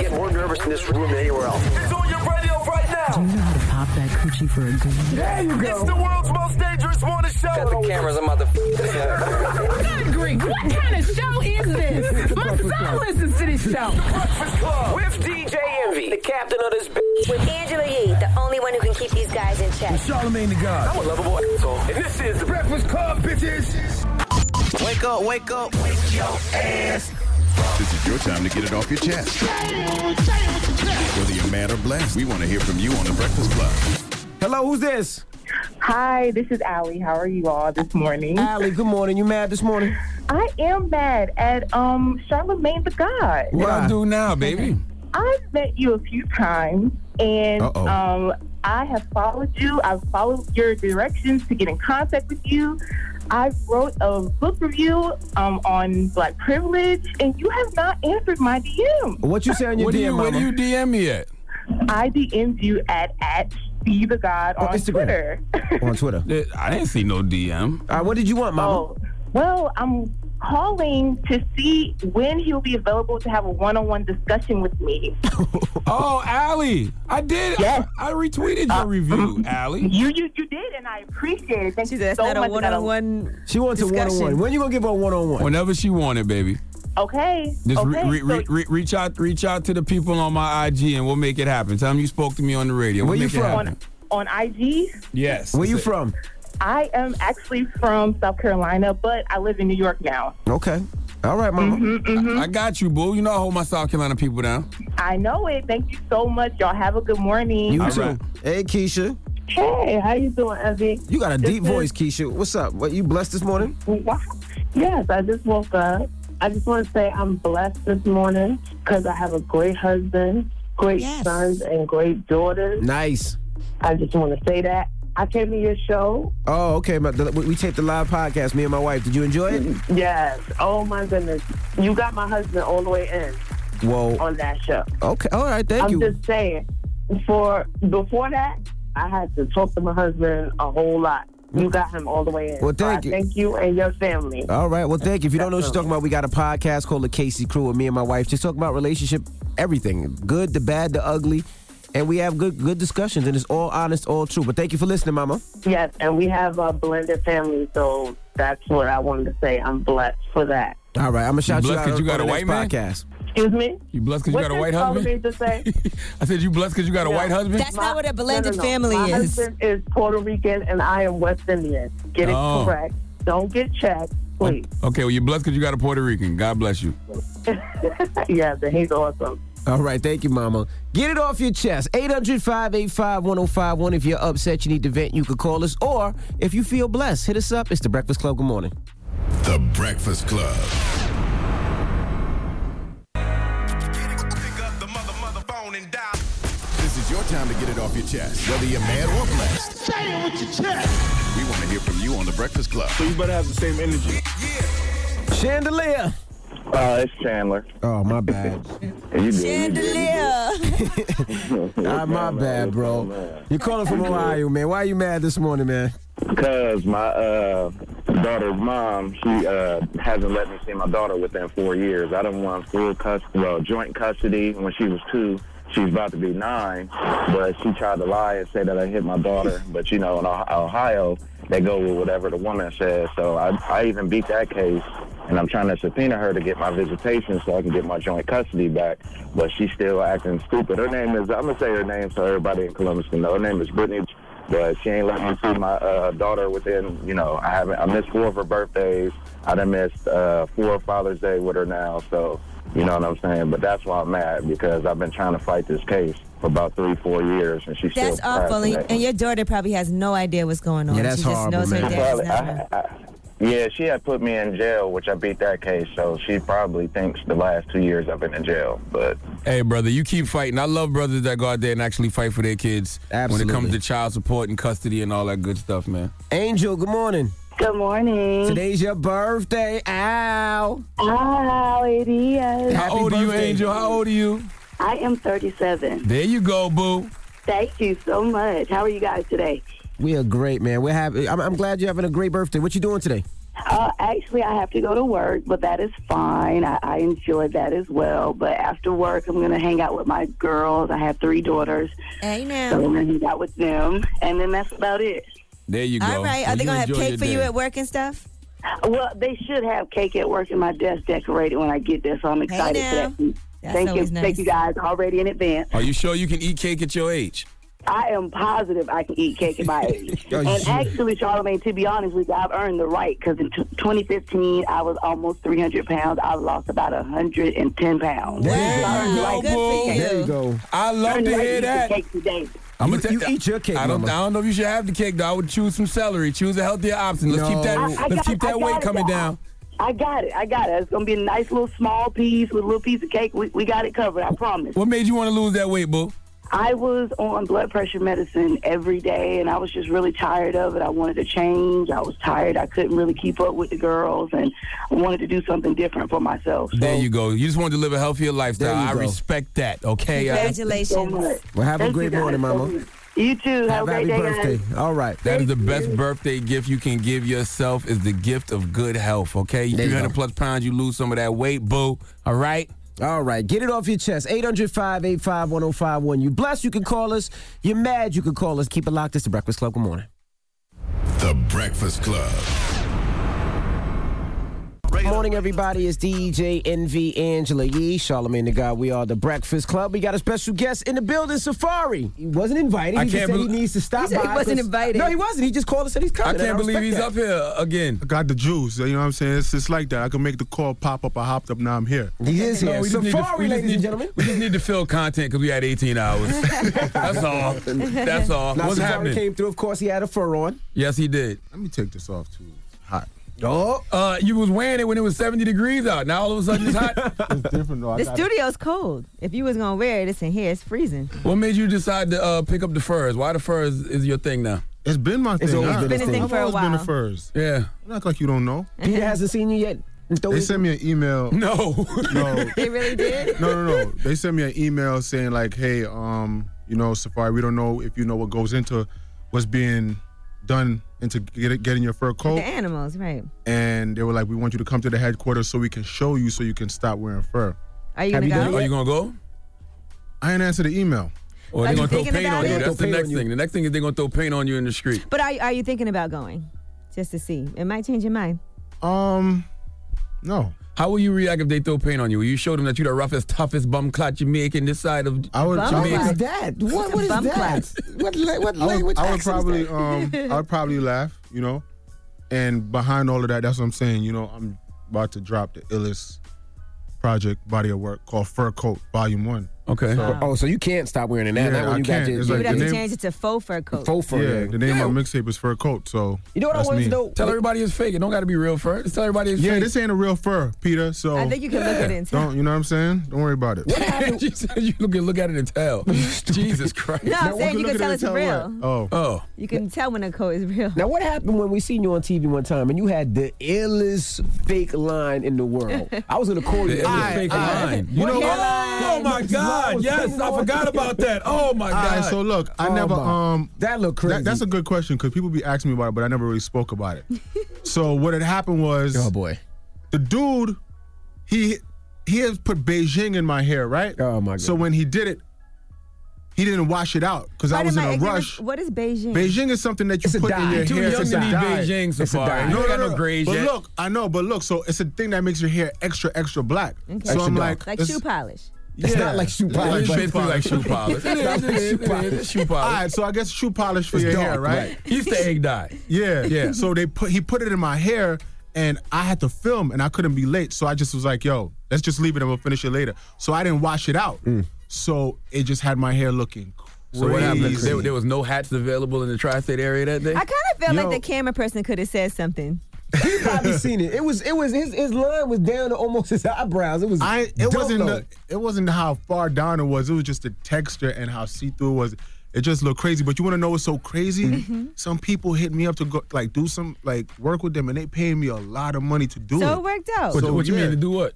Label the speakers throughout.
Speaker 1: get more nervous in this room than anywhere else.
Speaker 2: It's on your radio right now.
Speaker 3: You know how to pop that coochie for a green.
Speaker 4: There you
Speaker 2: It's the world's most dangerous morning show.
Speaker 1: Got the cameras, I'm about to f- this up.
Speaker 4: Good grief. What kind of show is this? My son listens to this show.
Speaker 2: Breakfast Club.
Speaker 1: With DJ Envy, the captain of this bitch.
Speaker 5: With Angela Yee, the only one who can keep these guys in check.
Speaker 6: Charlemagne the God.
Speaker 1: I'm a lovable asshole. And this is the
Speaker 6: Breakfast Club, bitches.
Speaker 7: Wake up, wake up.
Speaker 8: This is your time to get it off your chest. Whether you're mad or blessed, we want to hear from you on The Breakfast Club.
Speaker 6: Hello, who's this?
Speaker 9: Hi, this is Allie. How are you all this morning?
Speaker 6: Allie, good morning. You mad this morning?
Speaker 9: I am mad at um Charlemagne the God.
Speaker 6: What I do now?
Speaker 9: I've met you a few times and
Speaker 6: Uh-oh.
Speaker 9: um I have followed you. I've followed your directions to get in contact with you. I wrote a book review um, on black privilege, and you have not answered my DM.
Speaker 6: What you say on your
Speaker 10: What do
Speaker 6: DM,
Speaker 10: you, what
Speaker 6: mama?
Speaker 10: do you DM me at?
Speaker 9: I DM'd you at at be the God on,
Speaker 6: Oh, Instagram.
Speaker 9: Twitter.
Speaker 6: on Twitter.
Speaker 10: Eh, I didn't see no DM.
Speaker 6: All right, Uh, what did you want, mama?
Speaker 9: Oh, well, I'm calling to see when he'll be available to have a one-on-one discussion with me.
Speaker 10: Oh, Allie, I did.
Speaker 9: Yes.
Speaker 10: I, I retweeted
Speaker 6: Uh,
Speaker 10: your review, Allie.
Speaker 9: You, you, you did, and I appreciate it. Thank
Speaker 3: She's
Speaker 9: you
Speaker 3: that's
Speaker 9: so
Speaker 3: not
Speaker 9: much.
Speaker 3: a
Speaker 9: and
Speaker 3: one
Speaker 9: I
Speaker 3: on
Speaker 9: don't-
Speaker 3: one.
Speaker 6: She wants a
Speaker 3: Discussion.
Speaker 6: one-on-one. When you gonna give her a one-on-one?
Speaker 10: Whenever she wanted, baby.
Speaker 9: Okay.
Speaker 10: Just
Speaker 9: okay.
Speaker 10: re- re-
Speaker 9: so
Speaker 10: re- reach out, reach out to the people on my IG, and we'll make it happen. Tell them you spoke to me on the radio.
Speaker 6: Where
Speaker 10: We'll
Speaker 6: you
Speaker 10: make
Speaker 6: from?
Speaker 10: it
Speaker 9: on,
Speaker 10: happen.
Speaker 9: on IG,
Speaker 10: Yes.
Speaker 6: Where you from?
Speaker 9: I am actually from South Carolina, but I live in New York now.
Speaker 6: Okay. All right, mama.
Speaker 10: I got you, boo. You know I hold my South Carolina people down.
Speaker 9: I know it. Thank you so much. Y'all have a good morning.
Speaker 6: You
Speaker 10: All
Speaker 6: too.
Speaker 10: right.
Speaker 6: Hey, Keisha.
Speaker 9: hey, how you doing, Evie?
Speaker 6: You got a deep
Speaker 9: is-
Speaker 6: voice, Keisha. What's up? What you blessed this morning?
Speaker 9: Wow. Yes, I just woke up. I just want to say I'm blessed this morning because I have a great husband, great
Speaker 3: Yes.
Speaker 9: sons, and great daughters.
Speaker 6: Nice.
Speaker 9: I just want to say that. I came to your show.
Speaker 6: Oh, okay. but the- We we taped the live podcast, me and my wife. Did you enjoy it?
Speaker 9: Mm-hmm. Yes. Oh, my goodness. You got my husband all the way in
Speaker 6: Whoa.
Speaker 9: on that show.
Speaker 6: Okay. All right. Oh. Thank
Speaker 9: I'm
Speaker 6: you.
Speaker 9: just saying. For Before that, I had to talk to my husband a whole lot. You got him all the way in.
Speaker 6: Well,
Speaker 9: So I
Speaker 6: thank you.
Speaker 9: Thank you and your family.
Speaker 6: All right. Well, thank you. If you don't know what you're talking about, we got a podcast called The Casey Crew with me and my wife. Just talk about relationship, everything, good, the bad, the ugly. And we have good good discussions, and it's all honest, all true. But thank you for listening, Mama.
Speaker 9: Yes, and we have a blended family, so that's what I wanted to say. I'm blessed for that.
Speaker 6: All right, I'm gonna shout you
Speaker 10: blessed
Speaker 6: out
Speaker 10: 'cause you
Speaker 6: on
Speaker 10: got
Speaker 6: the
Speaker 10: a
Speaker 6: next
Speaker 10: white man?
Speaker 6: podcast.
Speaker 9: Excuse me?
Speaker 10: You blessed because you
Speaker 9: What
Speaker 10: got a
Speaker 9: did
Speaker 10: white
Speaker 9: Charlamagne
Speaker 10: husband.
Speaker 9: just say?
Speaker 10: I said you blessed because you got a white husband.
Speaker 3: That's not what a blended
Speaker 9: No, no, no.
Speaker 3: family
Speaker 9: My
Speaker 3: is.
Speaker 9: husband is Puerto Rican, and I am West Indian. Get it
Speaker 10: Oh.
Speaker 9: correct. Don't get checked, please.
Speaker 10: okay, well you blessed because you got a Puerto Rican. God bless you.
Speaker 9: yes, and he's awesome.
Speaker 6: All right, thank you, Mama. Get it off your chest. 800 585 1051. If you're upset, you need to vent, you could call us. Or if you feel blessed, hit us up. It's The Breakfast Club. Good morning.
Speaker 8: The Breakfast Club. This is your time to get it off your chest, whether you're mad or blessed. Say it with your chest. We want to hear from you on The Breakfast Club.
Speaker 11: You better have the same energy.
Speaker 6: Chandelier.
Speaker 11: Uh, it's Chandler.
Speaker 6: Oh, my bad.
Speaker 11: You do.
Speaker 3: Chandelier.
Speaker 6: Ah, my bad, bro. You're calling from Ohio, man. Why are you mad this morning, man?
Speaker 11: Because my uh, daughter's mom, she uh, hasn't let me see my daughter within four years. I don't want full custody, well, joint custody when she was two. She's about to be nine, but she tried to lie and say that I hit my daughter. But you know, in Oh- Ohio, they go with whatever the woman says. So I, I even beat that case, and I'm trying to subpoena her to get my visitation so I can get my joint custody back. But she's still acting stupid. Her name is, I'm gonna say her name so everybody in Columbus can know. Her name is Brittany but she ain't let me see my uh, daughter within, you know, I haven't, I missed four of her birthdays. I done missed uh, four Father's Day with her now. So, you know what I'm saying? But that's why I'm mad because I've been trying to fight this case for about three, four years and she's
Speaker 3: That's
Speaker 11: still
Speaker 3: awful. And,
Speaker 11: procrastinating.
Speaker 3: and your daughter probably has no idea what's going on.
Speaker 6: Yeah, that's
Speaker 3: she just
Speaker 6: horrible,
Speaker 3: knows her
Speaker 6: man.
Speaker 3: dad
Speaker 11: Probably-
Speaker 3: is not around.
Speaker 11: I- I- yeah, she had put me in jail, which I beat that case. So she probably thinks the last two years I've been in jail. But
Speaker 10: Hey, brother, you keep fighting. I love brothers that go out there and actually fight for their kids
Speaker 6: Absolutely.
Speaker 10: when it comes to child support and custody and all that good stuff, man.
Speaker 6: Angel, good morning.
Speaker 9: Good morning.
Speaker 6: Today's your birthday. Ow.
Speaker 9: How it is.
Speaker 10: How
Speaker 6: Happy
Speaker 10: old are you,
Speaker 6: birthday.
Speaker 10: Angel? How old are you?
Speaker 9: I am 37.
Speaker 10: There you go, boo.
Speaker 9: Thank you so much. How are you guys today?
Speaker 6: We are great, man. We're happy. I'm, I'm glad you're having a great birthday. What you doing today?
Speaker 12: Uh, actually, I have to go to work, but that is fine. I, I enjoyed that as well. But after work, I'm going to hang out with my girls. I have three daughters.
Speaker 3: Hey,
Speaker 12: So I'm going to hang out with them. And then that's about it.
Speaker 10: There you go.
Speaker 12: All right. Are they gonna have
Speaker 10: enjoy
Speaker 12: cake
Speaker 10: your
Speaker 12: for you
Speaker 10: day.
Speaker 12: at
Speaker 3: Work and stuff?
Speaker 12: Well, they should have cake at work and my desk decorated when I get there, so I'm excited
Speaker 3: now.
Speaker 12: for that.
Speaker 3: That's
Speaker 12: Thank you.
Speaker 3: always nice.
Speaker 12: Thank you guys already in advance.
Speaker 10: Are you sure you can eat cake at your age?
Speaker 12: I am positive I can eat cake at my age.
Speaker 10: Oh,
Speaker 12: and
Speaker 10: shit.
Speaker 12: actually, Charlamagne, to be honest with you, I've earned the right because in t- 2015, I was almost 300 pounds. I lost about 110 pounds.
Speaker 6: There you go.
Speaker 10: I love
Speaker 12: Earned the
Speaker 10: to
Speaker 12: right
Speaker 10: hear
Speaker 12: eat
Speaker 10: that.
Speaker 12: Cake today.
Speaker 10: I'm
Speaker 6: You-
Speaker 10: gonna
Speaker 6: you eat your cake,
Speaker 10: I don't,
Speaker 6: mama.
Speaker 10: I don't know if you should have the cake, though. I would choose some celery. Choose a healthier option. Let's keep that.
Speaker 12: I- I
Speaker 10: let's
Speaker 12: got-
Speaker 10: keep that
Speaker 12: I got
Speaker 10: weight
Speaker 12: it.
Speaker 10: coming down.
Speaker 12: I got it. I got it. It's going to be a nice little small piece with a little piece of cake. We, we got it covered. I promise.
Speaker 10: What made you want to lose that weight, boo?
Speaker 12: I was on blood pressure medicine every day, and I was just really tired of it. I wanted to change. I was tired. I couldn't really keep up with the girls, and I wanted to do something different for myself.
Speaker 10: There you go. You just want to live a healthier lifestyle. I
Speaker 12: go.
Speaker 10: respect that. Okay. Uh,
Speaker 6: Well, have a
Speaker 10: Thank you,
Speaker 6: great
Speaker 10: guys.
Speaker 6: morning, Mama.
Speaker 12: You too.
Speaker 6: Have, a happy birthday. All right.
Speaker 10: That is the best birthday gift you can give yourself is the gift of good health.
Speaker 6: There
Speaker 10: Okay,
Speaker 6: you go.
Speaker 10: 300 plus pounds, you lose some of that weight, boo. All right.
Speaker 6: All right, get it off your chest. 800 585 1051. You blessed, you can call us. You're mad, you can call us. Keep it locked. It's the Breakfast Club. Good morning.
Speaker 8: The Breakfast Club.
Speaker 6: Good morning, everybody. It's DJ NV Angela Yee, Charlamagne the Guy. We are the Breakfast Club. We got a special guest in the building, Safari. He wasn't invited. He
Speaker 10: I
Speaker 6: just
Speaker 10: can't
Speaker 6: said
Speaker 10: bel-
Speaker 6: he needs to stop
Speaker 10: He said he
Speaker 6: by.
Speaker 10: wasn't
Speaker 6: 'cause-
Speaker 10: invited.
Speaker 6: No, he wasn't. He just called and said he's coming.
Speaker 13: I can't believe he's up
Speaker 10: here again.
Speaker 13: I got the juice. You know what I'm saying? It's just like that. I can make the call pop up. I hopped up. Now I'm here.
Speaker 6: He is
Speaker 10: No, we just need to- we just need- We just need to fill content because we had 18 hours. That's all. That's all.
Speaker 6: Now,
Speaker 10: What's
Speaker 6: Safari
Speaker 10: happening?
Speaker 6: came through. Of course, he had a fur on.
Speaker 10: Yes, he did.
Speaker 13: Let me take this off too. Hot.
Speaker 6: Oh,
Speaker 10: uh, you was wearing it when it was 70 degrees out. Now all of a sudden it's hot.
Speaker 13: it's different
Speaker 6: Oh,
Speaker 13: though.
Speaker 3: The studio's cold. If you was gonna wear it, it's in here. It's freezing.
Speaker 10: What made you decide to uh, pick up the furs? Why the furs is your thing now?
Speaker 13: It's been my
Speaker 10: It's
Speaker 13: thing.
Speaker 10: always
Speaker 13: I-
Speaker 10: been his It's been his thing. thing
Speaker 13: I've
Speaker 10: for a
Speaker 13: always Been
Speaker 10: while.
Speaker 13: the first.
Speaker 10: Yeah.
Speaker 13: Act like you don't know.
Speaker 6: Peter hasn't seen you yet.
Speaker 13: They sent me an email.
Speaker 10: No.
Speaker 13: No.
Speaker 3: They really did.
Speaker 13: No, no, no. They sent me an email saying like, "Hey, um, you know, Safari, we don't know if you know what goes into what's being done into get, getting your fur coat."
Speaker 3: The animals, right?
Speaker 13: And they were like, "We want you to come to the headquarters so we can show you, so you can stop wearing fur."
Speaker 3: Are you Have gonna you done go? it
Speaker 10: Are
Speaker 3: yet?
Speaker 10: you gonna go?
Speaker 13: I ain't answer the email.
Speaker 10: Or
Speaker 3: Are
Speaker 10: they're
Speaker 3: you
Speaker 10: gonna throw
Speaker 3: thinking
Speaker 10: paint
Speaker 3: about
Speaker 10: on you.
Speaker 3: it?
Speaker 10: That's the
Speaker 3: They're gonna
Speaker 10: next thing. The next thing is they're gonna throw paint on you in the street.
Speaker 3: But are are you thinking about going? Just to see. It might change your mind.
Speaker 13: Um, no.
Speaker 10: How will you react if they throw paint on you? Will you show them that you're the roughest, toughest bum clot Jamaican this side of
Speaker 13: I would- Bum
Speaker 10: Jamaica?
Speaker 13: clot? What is
Speaker 6: that?
Speaker 13: What- what is
Speaker 3: Bum
Speaker 13: that?
Speaker 3: claps.
Speaker 6: What, la- what
Speaker 13: I would,
Speaker 6: language
Speaker 13: I would
Speaker 6: accent is
Speaker 13: probably
Speaker 6: that?
Speaker 13: um I would probably laugh, you know. And behind all of that, that's what I'm saying. You know, I'm about to drop the illest project body of work called Fur Coat Volume One.
Speaker 10: Okay.
Speaker 6: Oh, so you can't stop wearing it now. Not when
Speaker 13: I
Speaker 6: you got
Speaker 13: can't.
Speaker 6: your-
Speaker 13: It's
Speaker 3: you
Speaker 13: like
Speaker 3: would
Speaker 13: the
Speaker 3: have to
Speaker 13: name-
Speaker 3: change it to faux fur coat.
Speaker 6: Faux fur.
Speaker 13: Yeah, the name of my mixtape is Fur Coat. So
Speaker 6: You know what
Speaker 13: that's
Speaker 6: I wanted
Speaker 13: me.
Speaker 6: to know?
Speaker 10: Tell everybody it's fake. It don't gotta be real fur. Just tell everybody it's
Speaker 13: Yeah,
Speaker 10: fake.
Speaker 13: this ain't a real fur, Peter. So
Speaker 10: I think you can look at it and tell.
Speaker 13: Don't you know what I'm saying? Don't worry about it.
Speaker 10: she said you look at, look at it and tell. Jesus Christ.
Speaker 3: No, I'm Now, saying you can tell it's real.
Speaker 13: Oh.
Speaker 10: Oh.
Speaker 3: You can tell when a coat is real.
Speaker 6: Now, what happened when we seen you on TV one time and you had the illest fake line in the world? I was in the corner.
Speaker 10: The illest fake line. You know what? Oh, my God. Yes, I forgot about that. Oh, my
Speaker 13: All right,
Speaker 10: God.
Speaker 13: so look, I
Speaker 10: Oh,
Speaker 13: never.
Speaker 10: my.
Speaker 13: um
Speaker 6: That looked
Speaker 10: crazy.
Speaker 13: that's a good question because people be asking me about it, but I never really spoke about it. so what had happened was, oh
Speaker 6: boy,
Speaker 13: the dude, he he has put Beijing in my hair, right? Oh my god. So when he did it, he didn't wash it out because I
Speaker 3: Pardon
Speaker 13: was in
Speaker 3: my
Speaker 13: a
Speaker 3: ignorance,
Speaker 13: rush.
Speaker 3: What is Beijing?
Speaker 13: Mm. Beijing is something that you
Speaker 3: It's a
Speaker 13: put in
Speaker 3: dye.
Speaker 13: your
Speaker 10: Too
Speaker 13: hair.
Speaker 10: young
Speaker 13: It's
Speaker 10: to
Speaker 13: a
Speaker 10: need
Speaker 13: dye.
Speaker 10: Beijing,
Speaker 13: It's a
Speaker 10: Safari.
Speaker 13: dye.
Speaker 10: You don't got no grays
Speaker 13: But
Speaker 10: yet.
Speaker 13: look, I know, but look, so it's a thing that makes your hair extra, extra black.
Speaker 3: Okay.
Speaker 13: So I'm like,
Speaker 3: like
Speaker 13: it's-
Speaker 3: shoe polish.
Speaker 6: It's not like shoe
Speaker 13: It's not
Speaker 6: polish,
Speaker 13: like
Speaker 6: but-
Speaker 13: shoe
Speaker 6: It's
Speaker 13: polish.
Speaker 6: not like shoe
Speaker 13: It's not
Speaker 6: polish.
Speaker 13: like
Speaker 6: It's
Speaker 10: shoe polish.
Speaker 13: All right, so I guess shoe polish for
Speaker 10: It's
Speaker 13: your
Speaker 10: dark,
Speaker 13: hair,
Speaker 10: right.
Speaker 13: right?
Speaker 10: He's the egg dye.
Speaker 13: Yeah,
Speaker 10: Yeah.
Speaker 13: So they put he put it in my hair, and I had to film, and I couldn't be late, so I just was like, "Yo, let's just leave it, and we'll finish it later." So I didn't wash it out, so it just had my hair looking. Crazy.
Speaker 10: Mm. So what happened? There, there was no hats available in the tri-state area that day.
Speaker 3: I kind of felt
Speaker 10: Yo.
Speaker 3: like the camera person could have said something.
Speaker 6: He probably seen it. It was it was his his line was down to almost his eyebrows. It was
Speaker 13: I
Speaker 6: dumb
Speaker 13: it wasn't
Speaker 6: low.
Speaker 13: the, it wasn't how far down it was. It was just the texture and how see through it was. It just looked crazy. But you want to know what's so crazy?
Speaker 3: Mm-hmm.
Speaker 13: Some people hit me up to go like do some like work with them, and they paying me a lot of money to do it.
Speaker 3: So it worked out.
Speaker 10: What- what you mean to do what?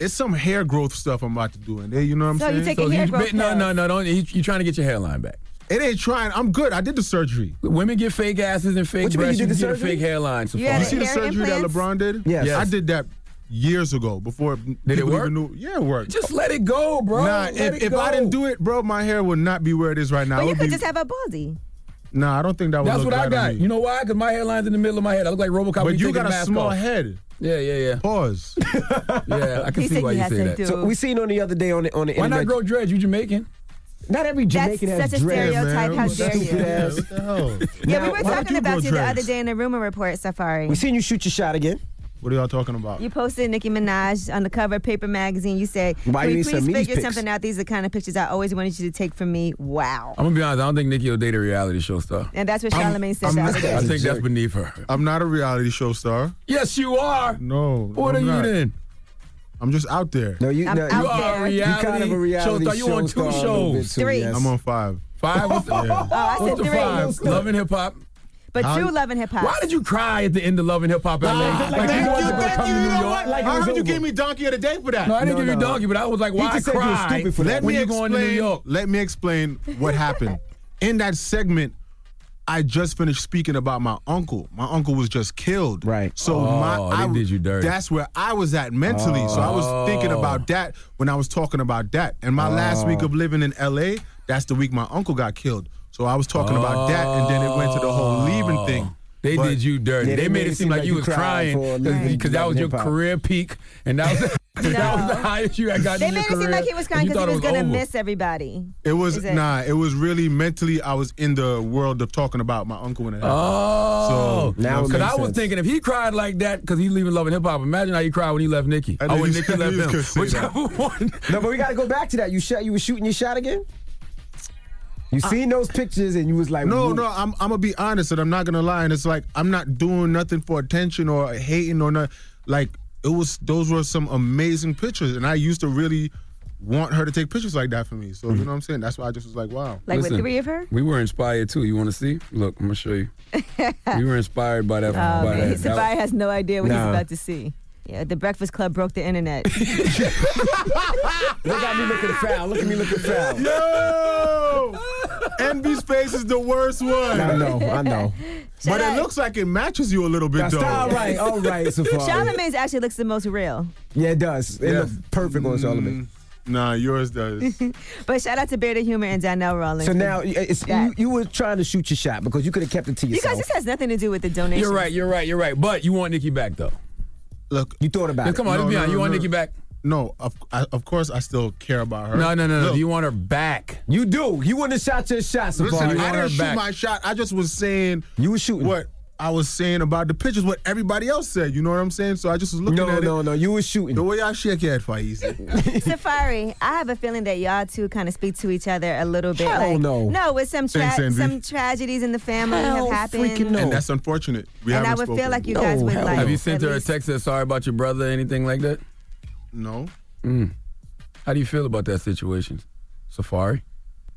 Speaker 13: It's some hair growth stuff I'm about to do, and they, you know what I'm
Speaker 3: So you
Speaker 13: saying?
Speaker 3: take a hair growth
Speaker 10: bit- No, no, no, don't. You, you trying to get your hairline back?
Speaker 13: It ain't trying. I'm good. I did the surgery.
Speaker 10: Women get fake asses and fake
Speaker 13: What you mean you
Speaker 10: breasts.
Speaker 13: did the
Speaker 10: get a
Speaker 13: surgery?
Speaker 10: fake hairline.
Speaker 13: You had You see the hair surgery that implants? LeBron did? Yes. I did that years ago before
Speaker 10: Did it
Speaker 13: people
Speaker 10: work?
Speaker 13: even knew. Yeah, it worked.
Speaker 10: Just let it go, bro.
Speaker 13: Nah,
Speaker 10: Let
Speaker 13: if,
Speaker 10: it
Speaker 13: if I
Speaker 10: go.
Speaker 13: didn't do it, bro, my hair would not be where it is right now.
Speaker 3: Well,
Speaker 13: It
Speaker 3: you
Speaker 13: would
Speaker 3: could
Speaker 13: be-
Speaker 3: just have a body.
Speaker 13: nah, I don't think that would
Speaker 10: That's
Speaker 13: look
Speaker 10: what I
Speaker 13: right on
Speaker 10: got.
Speaker 13: me.
Speaker 10: You know why? Because my hairline's in the middle of my head. I look like RoboCop. when
Speaker 13: But you
Speaker 10: take
Speaker 13: got
Speaker 10: the
Speaker 13: a
Speaker 10: mask
Speaker 13: small
Speaker 10: off.
Speaker 13: head.
Speaker 10: Yeah, yeah, yeah.
Speaker 13: Pause.
Speaker 10: yeah, I can
Speaker 6: He
Speaker 10: see
Speaker 6: said
Speaker 10: why
Speaker 6: you
Speaker 10: you
Speaker 6: had
Speaker 10: say
Speaker 6: to
Speaker 10: that.
Speaker 6: do- So we seen on the other day on the on the
Speaker 10: Why not
Speaker 6: internet-
Speaker 10: grow dreads? You Jamaican?
Speaker 6: Not every Jamaican
Speaker 3: That's
Speaker 6: has
Speaker 3: such a
Speaker 6: dreads,
Speaker 3: stereotype.
Speaker 6: man.
Speaker 3: How
Speaker 6: What
Speaker 3: dare
Speaker 6: stupid
Speaker 3: you.
Speaker 6: ass.
Speaker 13: What the hell?
Speaker 3: Yeah,
Speaker 6: Now,
Speaker 3: we were
Speaker 6: why
Speaker 3: talking
Speaker 6: you
Speaker 3: about
Speaker 6: grow
Speaker 3: you the
Speaker 6: dreads?
Speaker 3: other day in the rumor report, Safari.
Speaker 6: We seen you shoot your shot again.
Speaker 13: What are y'all talking about?
Speaker 3: You posted Nicki Minaj on the cover of Paper Magazine. You said,
Speaker 10: Why
Speaker 3: "Can we
Speaker 10: you need some
Speaker 3: please
Speaker 10: of these
Speaker 3: figure
Speaker 10: pics?"
Speaker 3: something out? These are the kind of pictures I always wanted you to take from me. Wow."
Speaker 10: I'm gonna be honest. I don't think Nikki will date a reality show star.
Speaker 3: And that's what Charlamagne said.
Speaker 10: I'm
Speaker 3: the
Speaker 10: not-
Speaker 3: other day.
Speaker 10: I think that's beneath her.
Speaker 13: I'm not a reality show star.
Speaker 10: Yes, you are.
Speaker 13: No.
Speaker 10: What
Speaker 13: I'm
Speaker 10: are you
Speaker 13: not.
Speaker 10: then?
Speaker 13: I'm just out there.
Speaker 6: No, you,
Speaker 10: I'm
Speaker 6: no,
Speaker 10: out
Speaker 6: you
Speaker 10: there. You kind of a reality show star a little bit too, Three. yes.
Speaker 13: I'm on five.
Speaker 10: Five? What's the,
Speaker 13: Yeah.
Speaker 3: Oh, I
Speaker 10: what's
Speaker 3: said
Speaker 10: the
Speaker 3: three.
Speaker 10: five? Love and hip hop.
Speaker 3: But
Speaker 10: How-
Speaker 3: true love and hip hop.
Speaker 10: Why did you cry at the end of Love and Hip Hop LA?
Speaker 13: Ah,
Speaker 10: like
Speaker 13: thank
Speaker 10: you
Speaker 13: you,
Speaker 10: wanted to
Speaker 13: thank
Speaker 10: come
Speaker 13: you.
Speaker 10: to
Speaker 13: You
Speaker 10: New
Speaker 13: know
Speaker 10: York?
Speaker 13: what? I heard you gave me donkey of the day for that.
Speaker 10: No, I didn't give you donkey, but I was like, why
Speaker 13: He just said you were
Speaker 10: cry
Speaker 13: stupid for that.
Speaker 10: when
Speaker 13: Let me
Speaker 10: you're going to New
Speaker 13: explain-
Speaker 10: York?
Speaker 13: Let me explain what happened. In that segment, I just finished speaking about my uncle. My uncle was just killed. Right. So
Speaker 10: Oh,
Speaker 13: my
Speaker 10: they
Speaker 13: I,
Speaker 10: did you dirty.
Speaker 13: That's where I was at mentally. So I was thinking
Speaker 10: Oh.
Speaker 13: about that when I was talking about that. And my last week of living in LA, that's the week my uncle got killed. So I was talking about that and then it went to the whole leaving thing.
Speaker 10: Oh. They
Speaker 13: But-
Speaker 10: did you dirty. they, made, it seem like you was
Speaker 13: cried
Speaker 10: crying
Speaker 13: for leaving
Speaker 10: because that
Speaker 13: Love and
Speaker 10: was your
Speaker 13: Hip Hop.
Speaker 10: career peak, and that was, that was the highest you had gotten.
Speaker 3: They
Speaker 10: in your
Speaker 3: made it seem
Speaker 10: career,
Speaker 3: like he was
Speaker 10: and
Speaker 3: crying
Speaker 10: you
Speaker 3: because
Speaker 10: thought
Speaker 3: he was gonna
Speaker 10: over.
Speaker 3: miss everybody.
Speaker 13: It was
Speaker 3: Is it-
Speaker 13: nah. It was really mentally. I was in the world of talking about my uncle and So
Speaker 10: Oh,
Speaker 13: you know what I'm
Speaker 10: because
Speaker 13: saying?
Speaker 10: I was thinking if he cried like that because he's leaving Love and Hip Hop, imagine how he cried when he left Nikki.
Speaker 13: I
Speaker 10: Or when
Speaker 13: think
Speaker 10: Nikki
Speaker 13: you-
Speaker 10: left
Speaker 13: you could
Speaker 10: him.
Speaker 13: say
Speaker 10: Whichever one.
Speaker 6: No, but we got to go back to that. You shot. You were shooting your shot again. You seen those pictures and you was like,
Speaker 13: No,
Speaker 6: "Whoa."
Speaker 13: no, I'm I'm gonna be honest and I'm not gonna lie. And it's like I'm not doing nothing for attention or hating or not. Like it was those were some amazing pictures, and I used to really want her to take pictures like that for me.
Speaker 6: Mm.
Speaker 13: So you know what I'm saying? That's why I just was like, wow.
Speaker 3: Like with three of her?
Speaker 10: We were inspired too. You want to see? Look, I'm gonna show you. we were inspired by that.
Speaker 3: Oh,
Speaker 10: by
Speaker 3: man.
Speaker 10: that. That
Speaker 3: Safari has no idea what he's
Speaker 10: Nah.
Speaker 3: about to see. Yeah, the Breakfast Club broke the internet.
Speaker 6: They got me looking foul. Look at me looking foul.
Speaker 13: Yo, envy space is the worst one.
Speaker 6: I know, I know.
Speaker 13: But it looks like it matches you a little bit
Speaker 6: That's
Speaker 13: though.
Speaker 6: all right, all right, Safari.
Speaker 3: Charlamagne's actually looks the most real.
Speaker 6: Yeah, it does. It
Speaker 13: Yeah. Mm,
Speaker 6: looks perfect on Charlamagne.
Speaker 13: Nah, yours does.
Speaker 3: But shout out to Bearded Humor and Donnell Rawlings.
Speaker 6: So
Speaker 3: for
Speaker 6: now it's,
Speaker 3: that.
Speaker 6: you, you were trying to shoot your shot because you could have kept it to
Speaker 3: You
Speaker 6: yourself.
Speaker 3: guys, this has nothing to do with the donation.
Speaker 10: You're right. You're right. You're right. But you want Nikki back though.
Speaker 13: Look,
Speaker 6: you thought about
Speaker 10: Yeah, come on, let's be honest. You want Nikki back?
Speaker 13: No, of, I, of course I still care about her.
Speaker 10: No, no, no, no.
Speaker 13: Look,
Speaker 10: You want her back?
Speaker 6: You do. You wouldn't have shot your shot, Safari.
Speaker 13: Listen,
Speaker 10: You
Speaker 13: I
Speaker 10: want her
Speaker 13: didn't shoot
Speaker 10: back.
Speaker 13: my shot. I just was saying
Speaker 6: you were shooting
Speaker 13: what I was saying about the pictures, what everybody else said. You know what I'm saying? So I just was looking
Speaker 6: No,
Speaker 13: at it.
Speaker 6: no, no. You were shooting.
Speaker 13: The way I shake your head, Faiz.
Speaker 3: Safari, I have a feeling that y'all two kind of speak to each other a little bit.
Speaker 13: Hell
Speaker 3: like,
Speaker 13: no.
Speaker 3: No, with some tra-
Speaker 13: Thanks, Envy.
Speaker 3: some tragedies in the family
Speaker 6: Hell
Speaker 3: have happened.
Speaker 6: freaking no.
Speaker 13: and that's unfortunate. We
Speaker 3: And I
Speaker 13: haven't
Speaker 3: would feel
Speaker 13: spoken.
Speaker 3: like you guys No, would, hell like,
Speaker 10: Have you
Speaker 3: at
Speaker 10: sent her a
Speaker 3: least-
Speaker 10: text that sorry about your brother, anything like that?
Speaker 13: No,
Speaker 10: Mm. How do you feel about that situation, Safari?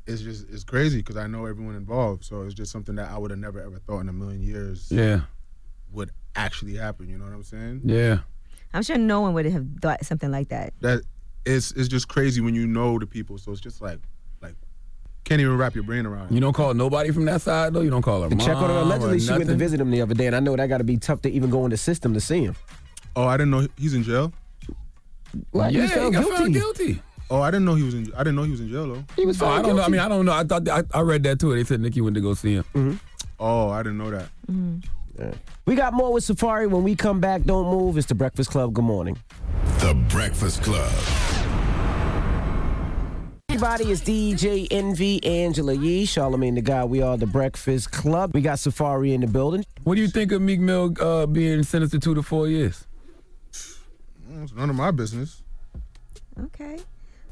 Speaker 13: it's just it's crazy because I know everyone involved. So it's just something that I would have never ever thought in a million years
Speaker 10: Yeah,
Speaker 13: would actually happen. You know what I'm saying?
Speaker 10: yeah.
Speaker 3: I'm sure no one would have thought something like that.
Speaker 13: that it's it's just crazy when you know the people. So it's just like like can't even wrap your brain around.
Speaker 10: You don't call nobody from that side though. You don't call her
Speaker 6: And
Speaker 10: mom.
Speaker 6: check on her.
Speaker 10: or
Speaker 6: Allegedly, she went to
Speaker 10: nothing?
Speaker 6: visit him the other day, and I know that got to be tough to even go in the system to see him.
Speaker 13: Oh, I didn't know he's in jail.
Speaker 6: What?
Speaker 10: Yeah,
Speaker 6: You
Speaker 10: he
Speaker 6: found
Speaker 10: got
Speaker 6: guilty.
Speaker 10: found guilty.
Speaker 13: Oh, I didn't know he was in. I didn't know he was in jail though.
Speaker 6: He was
Speaker 10: Oh, I
Speaker 6: found
Speaker 10: don't know. I
Speaker 6: guilty.
Speaker 10: mean, I don't know. I thought I, I read that too. They said Nikki went to go see him.
Speaker 6: Mm-hmm.
Speaker 13: Oh, I didn't know that.
Speaker 6: We got more with Safari when we come back. Don't move. It's the Breakfast Club. Good morning.
Speaker 8: The Breakfast Club.
Speaker 6: Everybody is DJ NV Angela Yee, Charlemagne the Guy. We are the Breakfast Club. We got Safari in the building.
Speaker 10: What do you think of Meek Mill uh, being sentenced to two to four years?
Speaker 13: Mm, It's none of my business.
Speaker 3: Okay.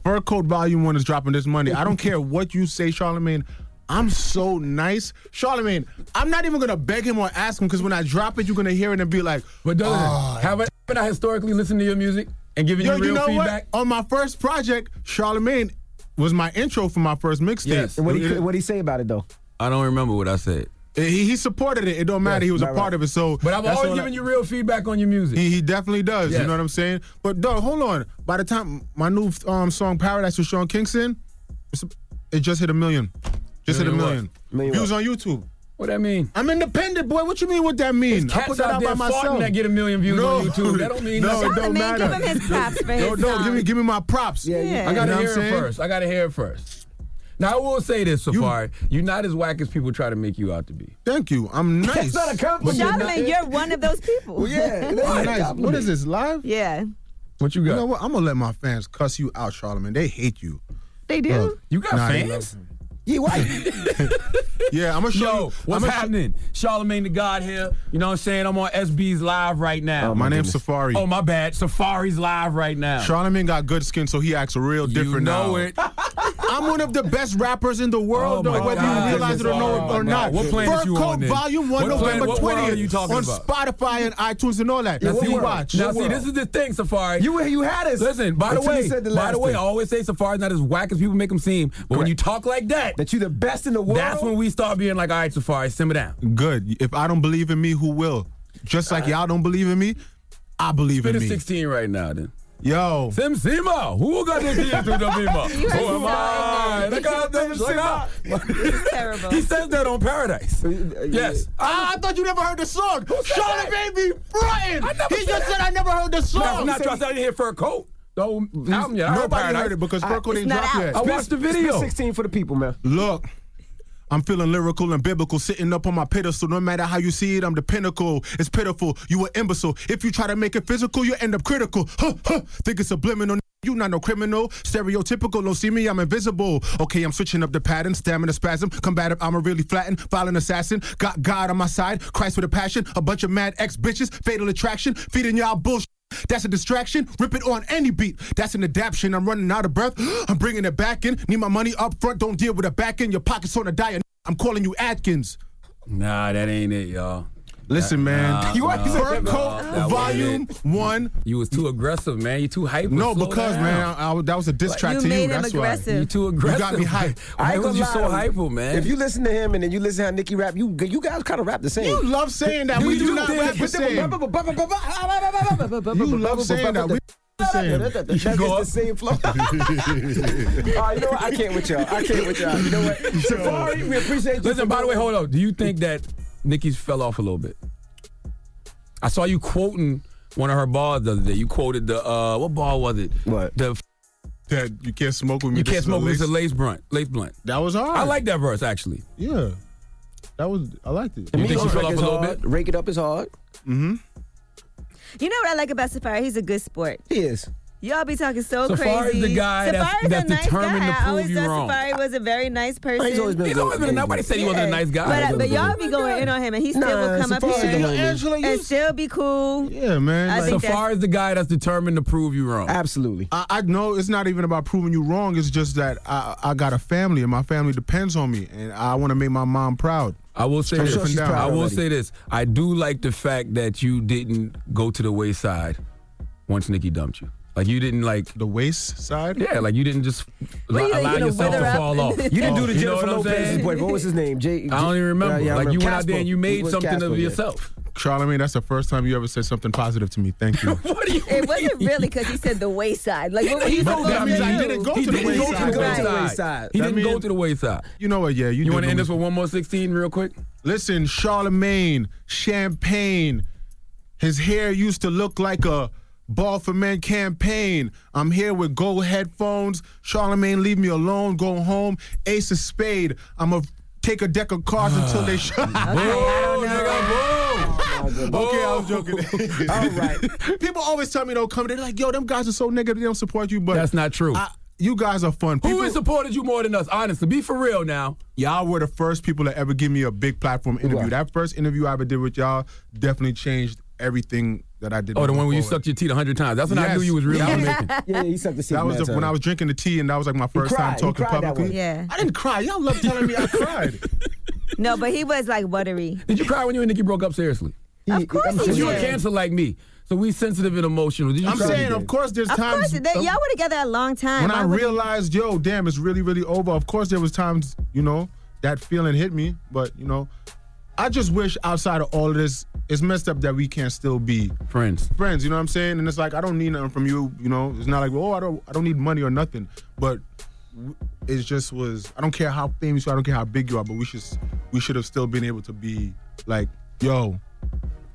Speaker 13: Fur Coat Volume One is dropping this Monday. I don't care what you say, Charlemagne. I'm so nice, Charlemagne. I'm not even gonna beg him or ask him because when I drop it, you're gonna hear it and be like,
Speaker 10: But doesn't
Speaker 13: "Ah."
Speaker 10: have I, haven't I historically listened to your music and given
Speaker 13: Yo,
Speaker 10: you real
Speaker 13: you know
Speaker 10: feedback?
Speaker 13: what? On my first project, Charlemagne was my intro for my first mixtape.
Speaker 10: Yes.
Speaker 6: And what he what he say about it though?
Speaker 10: I don't remember what I said.
Speaker 13: He, he supported it. It don't matter.
Speaker 6: Yeah,
Speaker 13: he was
Speaker 6: right,
Speaker 13: a part
Speaker 6: right.
Speaker 13: of it. So,
Speaker 10: But I've always given you real feedback on your music.
Speaker 13: He, he definitely does.
Speaker 10: Yes.
Speaker 13: You know what I'm saying? But dog, hold on. By the time my new um, song "Paradise" with Sean Kingston, it's- it just hit a million. Just hit a
Speaker 10: Million
Speaker 13: million. Views on YouTube.
Speaker 10: What that mean?
Speaker 13: I'm independent, boy. What you mean? What that mean?
Speaker 10: There's cats out there farting that get a million views
Speaker 13: no.
Speaker 10: on YouTube. That don't mean
Speaker 13: no,
Speaker 10: nothing.
Speaker 13: it don't
Speaker 10: Charlamagne,
Speaker 13: matter.
Speaker 10: give him his props for
Speaker 13: no,
Speaker 10: his
Speaker 13: no,
Speaker 10: song.
Speaker 13: give me, give me my props.
Speaker 10: I
Speaker 13: You know
Speaker 10: gotta
Speaker 13: what
Speaker 10: hear
Speaker 13: I'm
Speaker 10: it
Speaker 13: saying?
Speaker 10: first. I gotta hear it first. Now I will say this, Safari. You, are not as whack as people try to make you out to be.
Speaker 13: Thank you. I'm nice.
Speaker 10: That's not a compliment.
Speaker 3: Charlamagne, you're one of those people.
Speaker 13: Well, yeah, that's nice. What is this live?
Speaker 3: Yeah,
Speaker 10: What you got?
Speaker 13: You know what? I'm gonna let my fans cuss you out, Charlamagne. They hate you.
Speaker 3: they do.
Speaker 13: Look,
Speaker 10: You got
Speaker 13: nah, they
Speaker 10: fans?
Speaker 6: Yeah, why?
Speaker 13: yeah, I'm gonna show
Speaker 10: Yo,
Speaker 13: you.
Speaker 10: what's
Speaker 13: I'ma sh-
Speaker 10: happening? Charlemagne the God here. You know what I'm saying? I'm on SB's live right now.
Speaker 13: Oh, my My name's goodness. Safari.
Speaker 10: Oh, my bad. Safari's live right now.
Speaker 13: Charlamagne got good skin, so he acts real different
Speaker 10: know
Speaker 13: now.
Speaker 10: it.
Speaker 13: I'm one of the best rappers in the world,
Speaker 10: Oh, my
Speaker 13: though, whether
Speaker 10: God.
Speaker 13: you realize it or,
Speaker 10: Oh,
Speaker 13: no,
Speaker 10: my
Speaker 13: or
Speaker 10: God.
Speaker 13: not.
Speaker 10: What planet
Speaker 13: Fur
Speaker 10: you
Speaker 13: Coat
Speaker 10: on then?
Speaker 13: Volume 1,
Speaker 10: what planet-
Speaker 13: November
Speaker 10: what world
Speaker 13: 20th.
Speaker 10: are you talking
Speaker 13: on
Speaker 10: about?
Speaker 13: Spotify and iTunes and all that.
Speaker 10: Now,
Speaker 13: What
Speaker 10: see,
Speaker 13: watch.
Speaker 10: now
Speaker 13: What
Speaker 10: see,
Speaker 13: world?
Speaker 10: this is the thing, Safari.
Speaker 6: You were- you had us
Speaker 10: Listen, by the
Speaker 6: until you
Speaker 10: way,
Speaker 6: said the
Speaker 10: by
Speaker 6: last
Speaker 10: the way,
Speaker 6: thing.
Speaker 10: I always say Safari's not as whack as people make him seem. But when you talk like that,
Speaker 6: that you the best in the world.
Speaker 10: that's when we start being like, all right, Safari, simmer down.
Speaker 13: Good. If I don't believe in me, who will? Just like y'all don't believe in me, I believe
Speaker 10: Fit
Speaker 13: in
Speaker 10: a
Speaker 13: me.
Speaker 10: 16 right now, then.
Speaker 13: Yo.
Speaker 10: Sim Simo. Who got this here through the Simo?
Speaker 3: You heard
Speaker 10: Who am
Speaker 3: Simo
Speaker 10: I?
Speaker 3: in there.
Speaker 10: Look out,
Speaker 3: Sim
Speaker 10: look out.
Speaker 3: Terrible.
Speaker 10: He says that on Paradise. Yes.
Speaker 13: Ah, I thought you never heard the song.
Speaker 10: said
Speaker 13: Charlotte Baby Brian.
Speaker 10: I never
Speaker 13: He
Speaker 10: said
Speaker 13: just said I never heard the
Speaker 10: That's
Speaker 13: song.
Speaker 10: not trust. I didn't hear fur coat. No album yet. I heard
Speaker 13: Nobody
Speaker 10: Paradise.
Speaker 13: heard it because
Speaker 6: Uh,
Speaker 13: Fur Coat
Speaker 3: it's
Speaker 13: ain't
Speaker 3: not
Speaker 13: dropped
Speaker 3: out.
Speaker 13: yet.
Speaker 10: I watched the video.
Speaker 6: 16 for the people, man.
Speaker 13: Look, I'm feeling lyrical and biblical, sitting up on my pedestal. No matter how you see it, I'm the pinnacle. It's pitiful. You an imbecile. If you try to make it physical, you end up critical. Huh, huh. Think it's subliminal. You not no criminal, stereotypical. Don't see me, I'm invisible. Okay, I'm switching up the pattern, stamina spasm, combative. I'm a really flattened, violent assassin. Got God on my side, Christ with a passion. A bunch of mad ex bitches, fatal attraction, feeding y'all bullshit. That's a distraction. Rip it on any beat. That's an adaptation. I'm running out of breath. I'm bringing it back in. Need my money up front. Don't deal with the back end. Your pockets on a diet. I'm calling you Atkins.
Speaker 10: Nah, that ain't it, y'all.
Speaker 13: Listen, man.
Speaker 6: You already said
Speaker 13: Fur
Speaker 6: that.
Speaker 13: Coat,
Speaker 10: no, that
Speaker 13: Volume One.
Speaker 10: You was too aggressive, man. You too hype.
Speaker 13: No, because man, I, I- that was a diss track
Speaker 3: you
Speaker 13: to you.
Speaker 3: made him
Speaker 13: That's
Speaker 3: aggressive.
Speaker 10: you too
Speaker 13: why. You
Speaker 10: aggressive.
Speaker 13: got me hyped.
Speaker 10: Why
Speaker 6: ain't
Speaker 10: was
Speaker 6: gonna
Speaker 10: you
Speaker 6: lie
Speaker 10: so
Speaker 6: to you.
Speaker 10: hypo, man?
Speaker 6: If you listen to him and then you listen to how Nicki rap, you you guys kind of rap the same.
Speaker 13: You love saying that. We do not rap the same. You
Speaker 6: You
Speaker 13: love saying that. We the same.
Speaker 6: That's
Speaker 10: go
Speaker 6: the
Speaker 10: up.
Speaker 6: same flow. All right, you know what? I can't with y'all. I can't with y'all. You know what? Safari, we appreciate you.
Speaker 10: Listen, by the way, hold up. Do you think that Nikki's fell off a little bit? I saw you quoting one of her bars the other day. You quoted the uh what bar was it?
Speaker 6: What?
Speaker 10: The f-
Speaker 13: That you can't smoke with me.
Speaker 10: you
Speaker 13: This
Speaker 10: can't
Speaker 13: is
Speaker 10: smoke with a
Speaker 13: lace.
Speaker 10: lace blunt. Lace blunt.
Speaker 13: That was hard.
Speaker 10: I like that verse actually.
Speaker 13: Yeah, that was. I liked it.
Speaker 10: You think she fell off a little
Speaker 6: hard.
Speaker 10: bit?
Speaker 6: Rake it up is hard.
Speaker 10: Mm-hmm.
Speaker 3: You know what I like about Safari? He's a good sport.
Speaker 6: He is.
Speaker 3: Y'all be talking so
Speaker 10: Safari's
Speaker 3: crazy.
Speaker 10: the guy that's-
Speaker 3: Safari's
Speaker 10: that's
Speaker 3: a nice
Speaker 10: determined
Speaker 3: guy.
Speaker 10: to
Speaker 3: I
Speaker 10: prove
Speaker 3: always
Speaker 10: you
Speaker 3: thought
Speaker 10: wrong.
Speaker 3: Safari was a very nice person.
Speaker 6: He's always been
Speaker 10: He's
Speaker 6: good.
Speaker 10: always been a- nobody said he wasn't a
Speaker 3: Yeah.
Speaker 10: nice guy.
Speaker 3: But, but y'all be going in on him, and he still
Speaker 6: Nah,
Speaker 3: will come up
Speaker 6: Safari's the
Speaker 3: here
Speaker 6: homie. Angela,
Speaker 3: and still be cool.
Speaker 13: Yeah, man.
Speaker 3: I
Speaker 13: like-
Speaker 3: think that's-
Speaker 10: Safari's the guy that's determined to prove you wrong.
Speaker 6: Absolutely.
Speaker 13: I, I know it's not even about proving you wrong. It's just that I, I got a family and my family depends on me, and I want to make my mom proud.
Speaker 10: I will say
Speaker 13: I'm
Speaker 10: this.
Speaker 13: sure she's proud
Speaker 10: I will
Speaker 6: already.
Speaker 10: say this. I do like the fact that you didn't go to the wayside once Nikki dumped you. Like you didn't like.
Speaker 13: The waist side.
Speaker 10: Yeah, like you didn't just li-
Speaker 3: you like,
Speaker 10: allow
Speaker 3: you know,
Speaker 10: yourself
Speaker 3: wither
Speaker 10: to
Speaker 3: up?
Speaker 10: fall off. Oh,
Speaker 6: You didn't do the
Speaker 10: You know
Speaker 6: Jennifer
Speaker 10: what I'm
Speaker 6: Lopez's
Speaker 10: saying?
Speaker 6: boy. What was his name? J.
Speaker 10: I don't even remember.
Speaker 6: Yeah, yeah, I
Speaker 10: like you
Speaker 6: remember.
Speaker 10: went out there and you
Speaker 6: Casper. It
Speaker 10: made
Speaker 6: was
Speaker 10: something
Speaker 6: Casper,
Speaker 10: of
Speaker 6: yeah.
Speaker 10: yourself.
Speaker 13: Charlamagne, that's the first time you ever said something positive to me. Thank you.
Speaker 10: What do you
Speaker 3: It wasn't really because he said the wayside. Like, what were you
Speaker 13: But
Speaker 3: supposed
Speaker 13: that
Speaker 3: to
Speaker 13: means
Speaker 3: do?
Speaker 13: I didn't go
Speaker 10: He
Speaker 13: to the
Speaker 10: didn't go to the
Speaker 3: wayside.
Speaker 10: wayside.
Speaker 6: Wayside.
Speaker 10: He
Speaker 13: That
Speaker 10: didn't go
Speaker 13: mean-
Speaker 10: to the wayside.
Speaker 13: you know what? Yeah, you.
Speaker 10: You
Speaker 13: did
Speaker 10: want to
Speaker 13: do
Speaker 10: end
Speaker 13: me-
Speaker 10: this with one more 16 real quick?
Speaker 13: Listen, Charlemagne, champagne. His hair used to look like a ball for men campaign. I'm here with gold headphones. Charlemagne, leave me alone. Go home. Ace of spade. I'm going to take a deck of cards until they shut.
Speaker 10: Boom, nigga, boom.
Speaker 13: Okay, I was joking.
Speaker 6: All right.
Speaker 13: people always tell me don't come. They're like, yo, them guys are so negative. They don't support you. But
Speaker 10: That's not true.
Speaker 13: I, you guys are fun.
Speaker 10: Who
Speaker 13: People,
Speaker 10: has supported you more than us? Honestly, be for real now.
Speaker 13: y'all were the first people to ever give me a big platform interview.
Speaker 6: are.
Speaker 13: That first interview I ever did with y'all definitely changed everything that I did.
Speaker 10: Oh, the
Speaker 13: moving
Speaker 10: one where you
Speaker 13: forward.
Speaker 10: sucked your teeth 100 times. That's when I
Speaker 13: Yes.
Speaker 10: knew you was really Jamaican.
Speaker 6: Yeah, he sucked the seat.
Speaker 13: That was the, when I was drinking the tea, and that was like my first
Speaker 6: cried.
Speaker 13: time
Speaker 6: You
Speaker 13: talking
Speaker 6: cried that
Speaker 13: publicly.
Speaker 6: one.
Speaker 3: Yeah.
Speaker 13: I didn't cry. Y'all love telling me I cried.
Speaker 3: No, but he was like watery.
Speaker 10: Did you cry when you and Nikki broke up seriously?
Speaker 3: Of course he
Speaker 10: Because you were
Speaker 3: Yeah.
Speaker 10: cancer like me. So we sensitive and emotional. Did you
Speaker 13: I'm
Speaker 10: cry?
Speaker 13: saying, of course, there's
Speaker 3: Of course,
Speaker 13: times
Speaker 3: they, y'all were together a long time.
Speaker 13: when
Speaker 3: Why
Speaker 13: I
Speaker 3: would-
Speaker 13: realized, yo, damn, it's really, really over. Of course, there was times, you know, that feeling hit me, but you know, I just wish outside of all of this, it's messed up that we can't still be
Speaker 10: Friends.
Speaker 13: friends. You know what I'm saying? And it's like I don't need nothing from you. You know, it's not like, oh, I don't, I don't need money or nothing. But w- it just was. I don't care how famous you are, I don't care how big you are, but we should we should have still been able to be like, yo,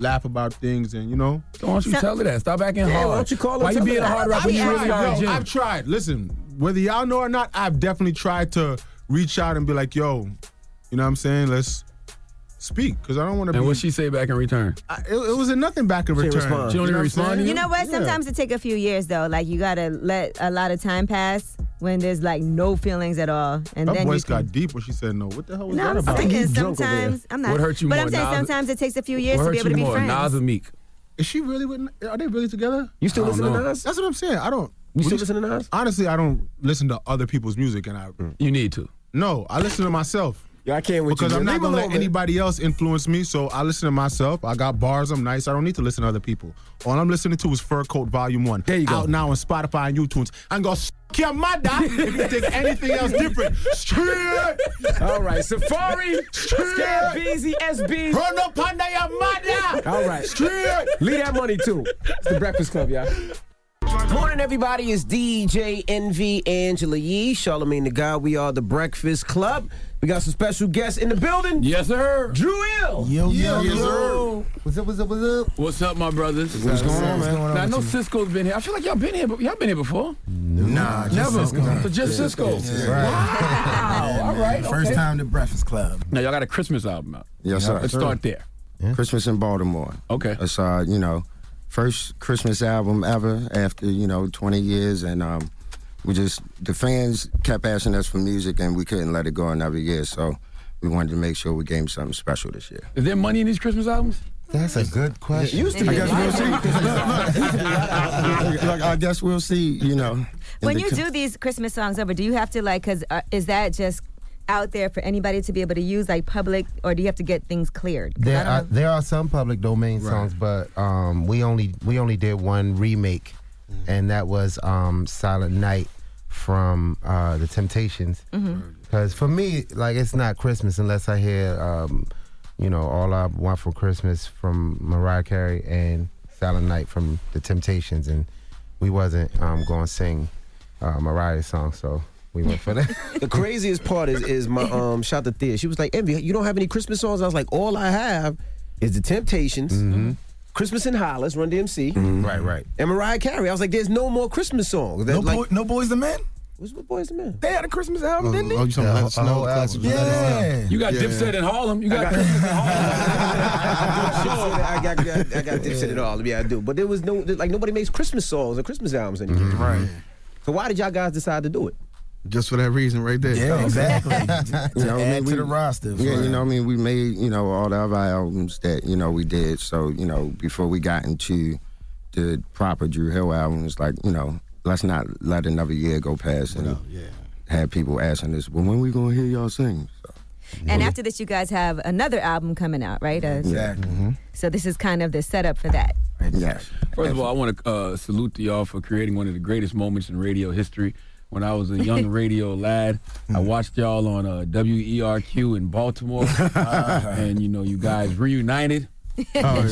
Speaker 13: laugh about things and you know.
Speaker 10: Why don't you So- tell her that? Stop acting Yeah, hard. why don't you call her
Speaker 13: Why
Speaker 10: and
Speaker 13: you
Speaker 10: tell
Speaker 13: being
Speaker 10: her
Speaker 13: a
Speaker 10: that?
Speaker 13: hard rock when
Speaker 10: I've
Speaker 13: you
Speaker 10: tried,
Speaker 13: really are?
Speaker 10: yo,
Speaker 13: Yo,
Speaker 10: Jim.
Speaker 13: I've tried. Listen, whether y'all know or not, I've definitely tried to reach out and be like, yo, you know what I'm saying? Let's speak because I don't want to.
Speaker 10: And
Speaker 13: be,
Speaker 10: what she say back in return?
Speaker 13: I, it, it was a nothing back in
Speaker 10: She
Speaker 13: return.
Speaker 10: respond. She don't even
Speaker 13: You know what I'm
Speaker 10: respond to
Speaker 13: saying?
Speaker 3: You know what? Sometimes it take a few years though. Like you gotta let a lot of time pass when there's like no feelings at all, and
Speaker 13: Her
Speaker 3: then you
Speaker 13: voice
Speaker 3: can.
Speaker 13: got deep when she said no. What the hell was
Speaker 3: No,
Speaker 13: that
Speaker 3: I'm
Speaker 13: about?
Speaker 3: thinking sometimes I'm not.
Speaker 13: What hurt you
Speaker 3: but
Speaker 13: more,
Speaker 3: I'm saying
Speaker 13: Nas-
Speaker 3: sometimes it takes a few years to be able to be friends.
Speaker 10: or Meek?
Speaker 13: Is she really with? Are they really together?
Speaker 6: You still I don't listen to know. Nas?
Speaker 13: That's what I'm saying. I don't.
Speaker 6: You still listen to Nas?
Speaker 13: Honestly, I don't listen to other people's music, and I.
Speaker 10: You need to.
Speaker 13: No, I listen to myself.
Speaker 6: Yeah, I can't with
Speaker 13: because
Speaker 6: you,
Speaker 13: I'm
Speaker 6: man. Leave
Speaker 13: not gonna
Speaker 6: him
Speaker 13: let
Speaker 6: alone, man.
Speaker 13: anybody else influence me. So I listen to myself. I got bars. I'm nice. I don't need to listen to other people. All I'm listening to is Fur Coat Volume One. There you go. Out now on Spotify and iTunes. I'm gonna s- your mother if you think anything else different.
Speaker 6: All right, Safari, Scabbeezy, SB.
Speaker 13: Run up under your mother.
Speaker 6: All right. Leave that money too. It's the Breakfast Club, y'all. Morning, everybody. It's DJ NV Angela Yee, Charlemagne the Guy. We are the Breakfast Club. We got some special guests in the building.
Speaker 10: Yes, sir.
Speaker 6: Drew Hill.
Speaker 14: Yo,
Speaker 10: yo, Yes,
Speaker 14: yo. What's up, what's up, what's up?
Speaker 10: What's up, my brothers?
Speaker 14: What's going on, man?
Speaker 10: Now, I know Cisco's been here. I feel like y'all been here, but y'all been here before.
Speaker 14: Nah, just
Speaker 10: never.
Speaker 14: Cisco.
Speaker 10: So just
Speaker 14: Yeah.
Speaker 10: Cisco.
Speaker 14: Yeah.
Speaker 10: Wow. All right.
Speaker 14: First
Speaker 10: okay.
Speaker 14: time to Breakfast Club.
Speaker 10: Now y'all got a Christmas album out.
Speaker 14: Yes, sir.
Speaker 10: Let's start there.
Speaker 14: Christmas in Baltimore.
Speaker 10: Okay.
Speaker 14: It's uh, you know, first Christmas album ever after you know 20 years, and um, we just the fans kept asking us for music, and we couldn't let it go another year, so we wanted to make sure we gave 'em something special this year.
Speaker 10: Is there money in these Christmas albums?
Speaker 14: That's a good question.
Speaker 10: used to
Speaker 14: I
Speaker 10: be.
Speaker 14: guess we'll see. Look, look, I guess we'll see. You know. in
Speaker 3: when
Speaker 14: the
Speaker 3: you
Speaker 14: com-
Speaker 3: do these Christmas songs over, do you have to like? Cause uh, is that just out there for anybody to be able to use, like public, or do you have to get things cleared? 'Cause I
Speaker 15: There
Speaker 3: don't
Speaker 15: are
Speaker 3: know.
Speaker 15: there are some public domain songs, but um, we only we only did one remake, and that was um, Silent Night from uh, the Temptations. Because for me, like it's not Christmas unless I hear, um, you know, all I want for Christmas from Mariah Carey and Silent Night from the Temptations, and we wasn't um, going to sing uh, Mariah's song, so we went for that.
Speaker 6: The craziest part is is my um shout to Thea. She was like, Envy, you don't have any Christmas songs? I was like, all I have is the Temptations, Christmas in Hollis, Run DMC.
Speaker 14: Mm-hmm. Right, right.
Speaker 6: And Mariah Carey. I was like, there's no more Christmas songs. That,
Speaker 14: No
Speaker 6: like,
Speaker 14: Boy- no Boys the Men?
Speaker 6: What's what Boys the Men? They had a Christmas album, didn't they?
Speaker 14: oh, you talking about Let It Snow, the classic.
Speaker 10: Yeah. You got
Speaker 6: Yeah.
Speaker 10: Dipset in Harlem. You got. Christmas in Harlem.
Speaker 6: I got, I got, I got Dipset at all. Yeah, I do. But there was no, like, nobody makes Christmas songs or Christmas albums anymore.
Speaker 14: Right.
Speaker 6: So why did y'all guys decide to do it?
Speaker 13: Just for that reason, right there.
Speaker 14: Yeah, exactly.
Speaker 13: To add to the roster,
Speaker 14: Yeah,
Speaker 13: right.
Speaker 14: you know, I mean, we made you know all the other albums that you know we did. So you know, before we got into the proper Drew Hill albums, like you know, let's not let another year go past and have people asking us, well, when we gonna hear y'all sing?
Speaker 3: And after this, you guys have another album coming out, right? Uh, So this is kind of the setup for that.
Speaker 14: Yes.
Speaker 10: First of all, I want to uh, salute to y'all for creating one of the greatest moments in radio history. When I was a young radio lad,
Speaker 14: Mm-hmm.
Speaker 10: I watched y'all on uh, WERQ in Baltimore, Uh, and you know you guys reunited. Oh and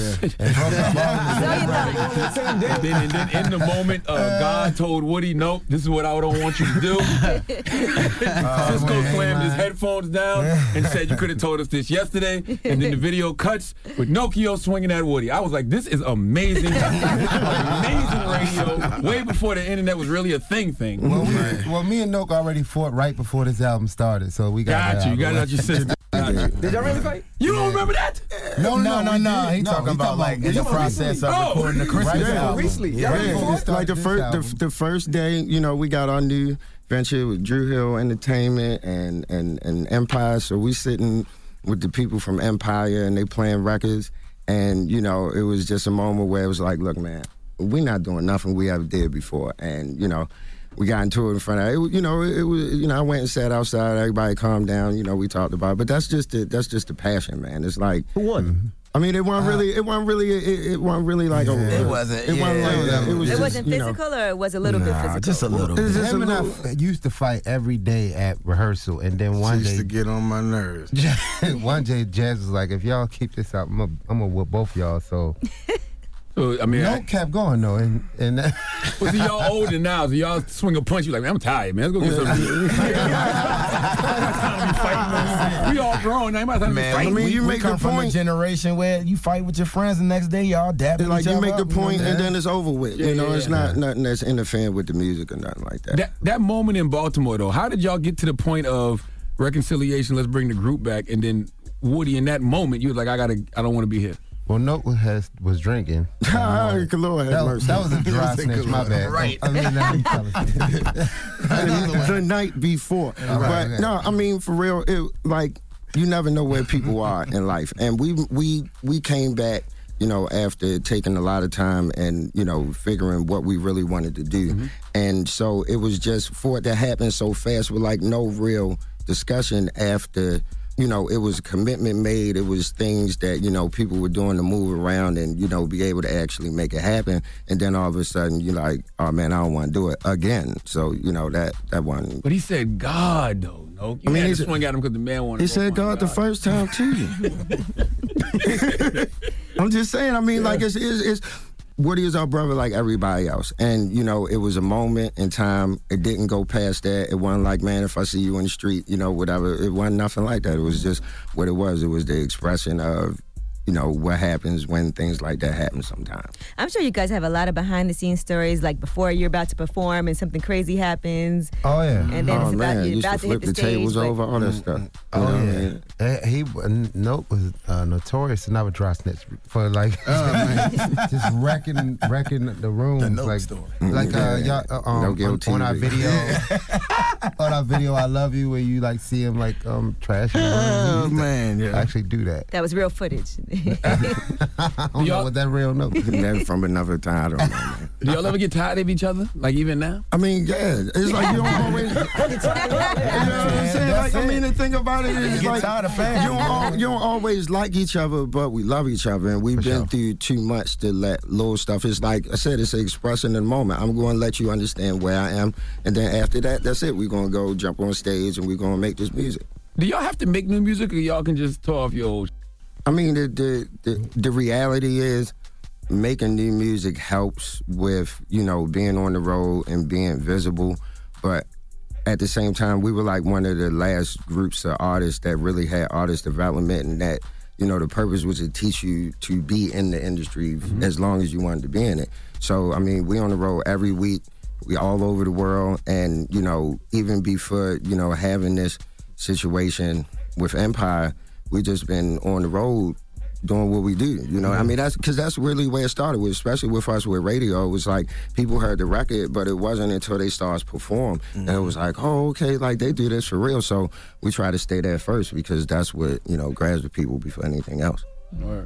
Speaker 10: then, and then in the moment, uh, God told Woody, "Nope, this is what I don't want you to do." Uh, Cisco slammed his headphones down and said, "You could have told us this yesterday." And then the video cuts with Nokia swinging at Woody. I was like, "This is amazing, amazing radio." Way before the internet was really a thing thing.
Speaker 15: Well, we, well, me and Noke already fought right before this album started, so we got.
Speaker 10: Got
Speaker 15: that
Speaker 10: you. You
Speaker 15: out
Speaker 10: got it out
Speaker 15: of the
Speaker 10: your
Speaker 15: way.
Speaker 10: system.
Speaker 6: Did y'all really fight?
Speaker 10: You don't remember that?
Speaker 15: No, no, no, no. He
Speaker 14: talking about, like, in the process of
Speaker 10: Oh. recording the Christmas
Speaker 14: Right, yeah.
Speaker 10: album.
Speaker 14: Recently. Yeah.
Speaker 10: Yeah. Before we
Speaker 14: Like
Speaker 10: started
Speaker 14: the
Speaker 10: this
Speaker 14: first, the, the first day, you know, we got our new venture with Drew Hill Entertainment and and and Empire. So we sitting with the people from Empire and they playing records, and you know, it was just a moment where it was like, look, man, we not doing nothing we ever did before, and you know. We got into it in front of it, was- you know it was you know I went and sat outside everybody calmed down you know we talked about it but that's just the, that's just the passion man it's like
Speaker 6: who won
Speaker 14: I mean it wasn't really it wasn't really it, it wasn't really like a
Speaker 15: It wasn't,
Speaker 14: it wasn't
Speaker 15: yeah.
Speaker 14: like that. it was
Speaker 3: it
Speaker 14: just,
Speaker 3: wasn't
Speaker 14: you know,
Speaker 3: physical, or it was a little bit physical.
Speaker 15: just a little.
Speaker 14: It's
Speaker 15: Him
Speaker 14: just a
Speaker 15: and I f- used to fight every day at rehearsal, and then one
Speaker 13: used
Speaker 15: day
Speaker 13: to get on my nerves.
Speaker 15: one day Jazz was like, "If y'all keep this up, I'm gonna whoop both y'all." So
Speaker 10: So, I mean,
Speaker 15: no
Speaker 10: I-
Speaker 15: cap going though, and and that,
Speaker 10: Well, see, y'all older now, so y'all swing a punch. You like, man, I'm tired, man. Let's go get something. we all grown. Now, might
Speaker 16: Man, I mean, you make come the from a generation where you fight with your friends the next day, y'all dap
Speaker 14: Like
Speaker 16: each
Speaker 14: you
Speaker 16: other
Speaker 14: make the
Speaker 16: up, you know what
Speaker 14: point
Speaker 16: I'm saying?
Speaker 14: and then it's over with.
Speaker 10: Yeah,
Speaker 14: you know,
Speaker 10: yeah,
Speaker 14: it's
Speaker 10: yeah.
Speaker 14: not nothing that's interfering with the music or nothing like that.
Speaker 10: That that moment in Baltimore, though, how did y'all get to the point of reconciliation? Let's bring the group back, and then Woody, in that moment, you was like, I gotta, I don't want to be here.
Speaker 15: well, Note has was drinking.
Speaker 14: Good Lord,
Speaker 15: that,
Speaker 14: have mercy.
Speaker 15: that was a dry
Speaker 14: Good
Speaker 15: snitch. My
Speaker 14: Lord.
Speaker 15: bad.
Speaker 14: Right.
Speaker 15: I mean, now you tell us.
Speaker 14: the night before.
Speaker 15: Yeah,
Speaker 14: but
Speaker 15: right, yeah.
Speaker 14: no, I mean for real, it like you never know where people are in life, and we we we came back. You know, after taking a lot of time and you know figuring what we really wanted to do, and so it was just for it to happen so fast with like no real discussion after. You know, it was a commitment made. It was things that you know people were doing to move around and you know be able to actually make it happen. And then all of a sudden, you're like, "Oh man, I don't want to do it again." So you know that that one
Speaker 10: But he said, God, though.
Speaker 14: I
Speaker 10: No, you I
Speaker 14: mean,
Speaker 10: mean, had
Speaker 14: he's-
Speaker 10: to swing at him because the man wanted.
Speaker 14: He
Speaker 10: to roll
Speaker 14: said
Speaker 10: on
Speaker 14: God the first time too. I'm just saying. I mean, like it's, it's it's Woody is our brother, like everybody else, and you know it was a moment in time. It didn't go past that. It wasn't like, man, if I see you in the street, you know, whatever. It wasn't nothing like that. It was just what it was. It was the expression of, you know, what happens when things like that happen sometimes.
Speaker 3: I'm sure you guys have a lot of behind the scenes stories, like before you're about to perform and something crazy happens.
Speaker 15: Oh yeah.
Speaker 3: And then it's about you're about to hit the, stage. but-
Speaker 14: all that stuff.
Speaker 15: Oh yeah. Eh, He n- Nope was uh, notorious, and I would dry snitch for like
Speaker 16: Oh,
Speaker 15: just wrecking wrecking the room. like, like uh,
Speaker 14: Yeah.
Speaker 15: y'all, uh, um,
Speaker 14: No
Speaker 15: on-
Speaker 14: guilty.
Speaker 15: on, our video, on our video, I love you, where you like see him like um trash. Oh
Speaker 14: man, yeah.
Speaker 15: Actually, do that.
Speaker 3: That was real footage.
Speaker 15: I don't know what that real note.
Speaker 14: That from another time. I don't know.
Speaker 10: Do y'all ever get tired of each other? Like even now?
Speaker 14: I mean, yeah. It's like you don't always. I'm saying? Like, I mean, the thing about it is,
Speaker 16: Get
Speaker 14: like,
Speaker 16: tired of fans.
Speaker 14: You, don't al- you don't always like each other, but we love each other, and we've been through too much to let little stuff. It's like I said, it's expressing the moment. I'm going to let you understand where I am, and then after that, that's it. We're going to go jump on stage, and we're going to make this music.
Speaker 10: Do y'all have to make new music, or y'all can just tore off your old?
Speaker 14: I mean, the the the, the reality is making new music helps with you know being on the road and being visible, but at the same time, we were like one of the last groups of artists that really had artist development, and that you know the purpose was to teach you to be in the industry as long as you wanted to be in it. So I mean, we on the road every week. We all over the world, and you know, even before you know having this situation with Empire, we just been on the road doing what we do. You know, I mean that's because that's really where it started with, especially with us with radio. It was like people heard the record, but it wasn't until they started to perform and it was like, oh, okay, like they do this for real. So we try to stay there first because that's what you know grabs the people before anything else.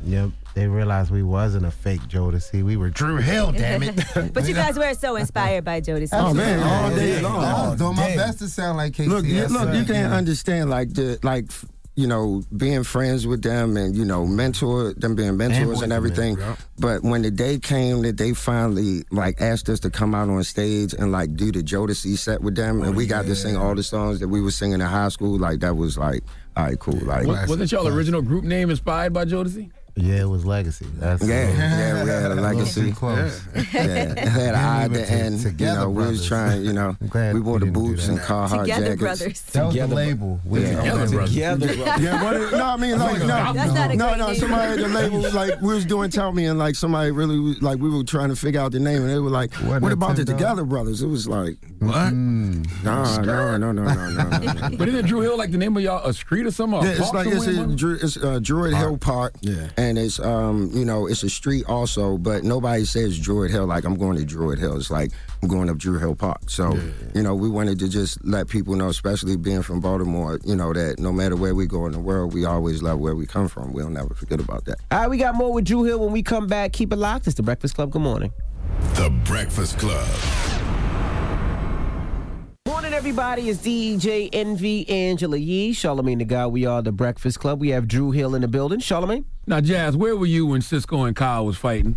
Speaker 15: Yep. They realized we wasn't a fake Jodeci. We were Drew Hill. Damn it.
Speaker 3: but you guys were so inspired by Jodeci.
Speaker 15: Oh, man, all day
Speaker 14: long.
Speaker 15: I was doing my
Speaker 14: Damn.
Speaker 15: best to sound like Casey.
Speaker 14: Look, you,
Speaker 15: Yes,
Speaker 14: look,
Speaker 15: sir.
Speaker 14: you can't understand like the like f- you know being friends with them and you know mentor them being mentors
Speaker 15: with
Speaker 14: and
Speaker 15: them,
Speaker 14: everything.
Speaker 15: yeah.
Speaker 14: But when the day came that they finally like asked us to come out on stage and like do the Jodeci set with them, and we got to sing all the songs that we were singing in high school, like that was like, all right, cool. Like,
Speaker 10: Was, wasn't y'all original group name inspired by Jodeci?
Speaker 15: Yeah, it was legacy. That's
Speaker 14: Yeah, yeah, we had a legacy.
Speaker 15: Pretty close.
Speaker 14: Yeah, had I at the end. You know, we was trying. You know, we wore the boots and Carhartt
Speaker 3: Together
Speaker 14: jackets.
Speaker 3: Brothers.
Speaker 15: That was the label. We
Speaker 14: Yeah.
Speaker 15: Together Brothers.
Speaker 14: Together
Speaker 15: Brothers.
Speaker 14: Yeah, but it- no, I mean like no,
Speaker 3: That's not a
Speaker 14: no,
Speaker 3: great
Speaker 14: no.
Speaker 3: name.
Speaker 14: Uh, Somebody at the label was like, we was doing tell me, and like somebody really was, like we were trying to figure out the name, and they were like, what,
Speaker 15: that
Speaker 14: about the
Speaker 15: $10?
Speaker 14: Together Brothers? It was like mm. what? No, no, no, no, no, no.
Speaker 10: but isn't Drew Hill like the name of y'all a street or something? or a
Speaker 14: Yeah, it's
Speaker 10: park
Speaker 14: like it's,
Speaker 10: somewhere?
Speaker 14: in Dru it's uh, Druid Hill Park, yeah, and it's um you know it's a street also, but nobody says Druid Hill. Like I'm going to Druid Hill. It's like I'm going up Druid Hill Park. So you know we wanted to just let people know, especially being from Baltimore, you know that no matter where we go in the world, we always love where we come from. We'll never forget about that.
Speaker 6: All right, we got more with Drew Hill when we come back. Keep it locked. It's the Breakfast Club. Good morning.
Speaker 8: The Breakfast Club.
Speaker 6: Morning, everybody. It's DJ NV Angela Yee, Charlemagne the Guy. We are the Breakfast Club. We have Drew Hill in the building. Charlemagne.
Speaker 10: Now, Jazz, where were you when Cisco and Kyle was fighting?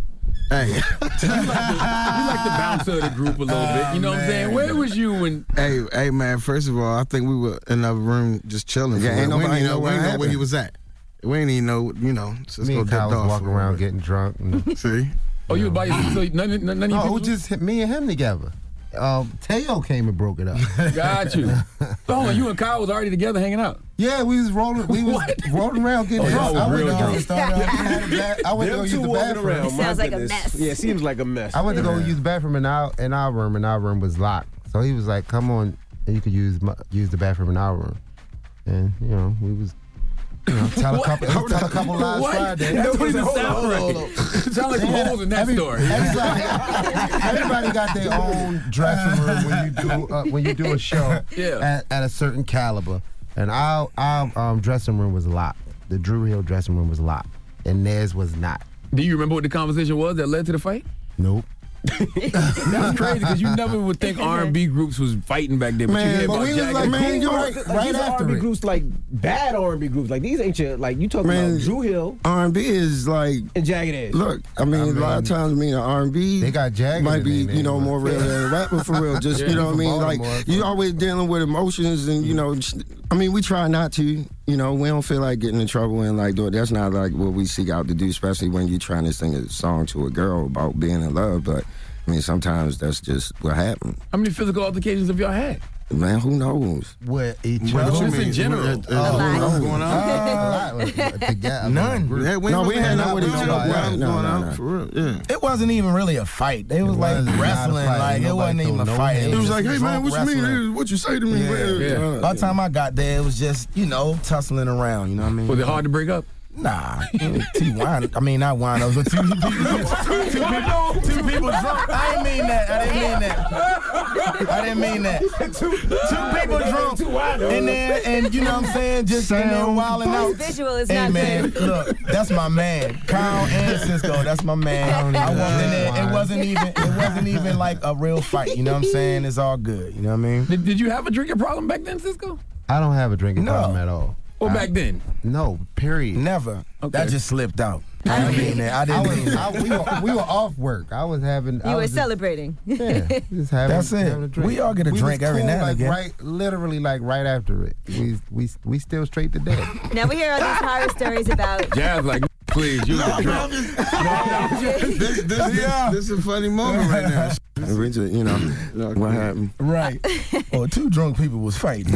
Speaker 14: Hey, you
Speaker 10: like the, you like the bouncer of the group a little bit. You know what I'm saying? Where was you when?
Speaker 17: Hey, hey, man. First of all, I think we were in another room just chilling.
Speaker 14: Yeah, ain't
Speaker 17: we didn't
Speaker 14: nobody
Speaker 17: even
Speaker 14: know
Speaker 17: know, we
Speaker 14: what
Speaker 17: didn't know where
Speaker 14: happened.
Speaker 17: he was at. We didn't even know, you know. Cisco
Speaker 15: Me and
Speaker 17: dipped
Speaker 15: Kyle was
Speaker 17: off
Speaker 15: walking
Speaker 17: or
Speaker 15: around
Speaker 17: whatever.
Speaker 15: getting drunk. And Oh,
Speaker 17: See,
Speaker 10: Oh, you were by yourself. So none, none, none of you
Speaker 15: no,
Speaker 10: people
Speaker 15: it was just hit- me and him together. Um, Teo came and broke it up.
Speaker 10: Got you. Oh, and you and Kyle was already together hanging out.
Speaker 15: Yeah, we was rolling. We was rolling around
Speaker 10: Oh,
Speaker 15: getting
Speaker 10: y'all
Speaker 15: drunk.
Speaker 10: was
Speaker 15: I went
Speaker 10: real
Speaker 15: to go
Speaker 10: drunk.
Speaker 15: start up. I had a bath- I went to go
Speaker 6: Them
Speaker 15: use
Speaker 6: two
Speaker 15: the
Speaker 6: walking
Speaker 15: bathroom.
Speaker 6: around, my Sounds like a goodness. mess. Yeah, it seems like a mess.
Speaker 15: I went to go
Speaker 6: Yeah.
Speaker 15: use the bathroom in our in our room, and our room was locked. So he was like, "Come on, you could use my, use the bathroom in our room." And you know, we was you know, tell a couple, it was tell a couple lies
Speaker 10: What?
Speaker 15: Friday.
Speaker 10: That doesn't
Speaker 15: Hold on,
Speaker 10: sound
Speaker 15: hold on,
Speaker 10: right.
Speaker 15: hold on.
Speaker 10: Sound like some
Speaker 15: Yeah.
Speaker 10: holes in that story.
Speaker 15: Everybody got their own dressing room when you do uh, when you do a show
Speaker 10: Yeah.
Speaker 15: at, at a certain caliber. And our our um, dressing room was locked. The Drew Hill dressing room was locked, and theirs was not.
Speaker 10: Do you remember what the conversation was that led to the fight?
Speaker 15: Nope.
Speaker 10: That's crazy because you never would think R and B groups was fighting back then. But you hear about Jack and Cool.
Speaker 6: these are R&B groups like bad R&B groups. Like these ain't your like you talking
Speaker 14: Man,
Speaker 6: about Drew Hill
Speaker 14: R&B is like
Speaker 6: and Jagged Edge.
Speaker 14: Look, I mean, a lot of times, I mean, the R&B they got might be, you know, more real than a rapper for real. Just,
Speaker 6: Yeah.
Speaker 14: you know what I mean?
Speaker 6: Baltimore,
Speaker 14: Like, you always dealing with emotions and, you know, sh- I mean, we try not to, you know, we don't feel like getting in trouble and, like, doing- that's not, like, what we seek out to do, especially when you're trying to sing a song to a girl about being in love. But, I mean, sometimes that's just what happens.
Speaker 10: How many physical altercations have y'all had?
Speaker 14: Man, who knows?
Speaker 15: With each
Speaker 10: What other? you Just in mean? general. What- uh, A lot. what's going on?
Speaker 16: None.
Speaker 14: No, we had
Speaker 16: not
Speaker 14: none with each other. Right, no, no, no.
Speaker 16: It wasn't even really a fight. They was like wrestling.
Speaker 14: fight.
Speaker 16: Like it
Speaker 14: Nobody
Speaker 16: wasn't even
Speaker 14: threw
Speaker 16: a
Speaker 14: no
Speaker 16: fight.
Speaker 14: hands. It was like,
Speaker 16: just
Speaker 14: "Hey, man,
Speaker 16: drunk
Speaker 14: what you mean?
Speaker 16: wrestling."
Speaker 14: What you say to me?
Speaker 16: Yeah.
Speaker 14: Yeah.
Speaker 16: By the time I got there, it was just you know tussling around. You know what I mean?
Speaker 10: Was it hard to break up?
Speaker 16: Nah, T wine. I mean not wine. I was with two, two, people- two people drunk. I didn't mean that. I didn't mean that. I didn't mean that. Two, people drunk, and then and you know what I'm saying, just and then
Speaker 3: Sound
Speaker 16: wilding out.
Speaker 3: bites. Visual is
Speaker 16: hey
Speaker 3: not
Speaker 16: man,
Speaker 3: good.
Speaker 16: look, that's my man, Kyle and Cisco. That's my man. I wasn't in, it wasn't even it wasn't even like a real fight. You know what I'm saying? It's all good. You know what I mean?
Speaker 10: Did, did you have a drinking problem back then, Cisco?
Speaker 15: I don't have a drinking problem at all.
Speaker 10: Well, back then.
Speaker 15: No, period.
Speaker 16: Never. That just slipped out. I didn't mean that. I didn't mean that.
Speaker 15: we, were, we were off work. I was having.
Speaker 3: You
Speaker 15: I
Speaker 3: were
Speaker 15: was just-
Speaker 3: celebrating.
Speaker 15: Yeah, just having,
Speaker 16: That's it.
Speaker 15: having a drink.
Speaker 16: We all get a
Speaker 15: We
Speaker 16: drink
Speaker 15: was
Speaker 16: every
Speaker 15: cool,
Speaker 16: now and
Speaker 15: like,
Speaker 16: again.
Speaker 15: Right, literally, like right after it, we we we still straight to death.
Speaker 3: now we hear all these horror stories about
Speaker 10: Jazz like, please, you was drunk.
Speaker 17: this, this, this is a funny moment right now.
Speaker 14: Originally, you know, what happened?
Speaker 16: Right. Well, two drunk people was fighting.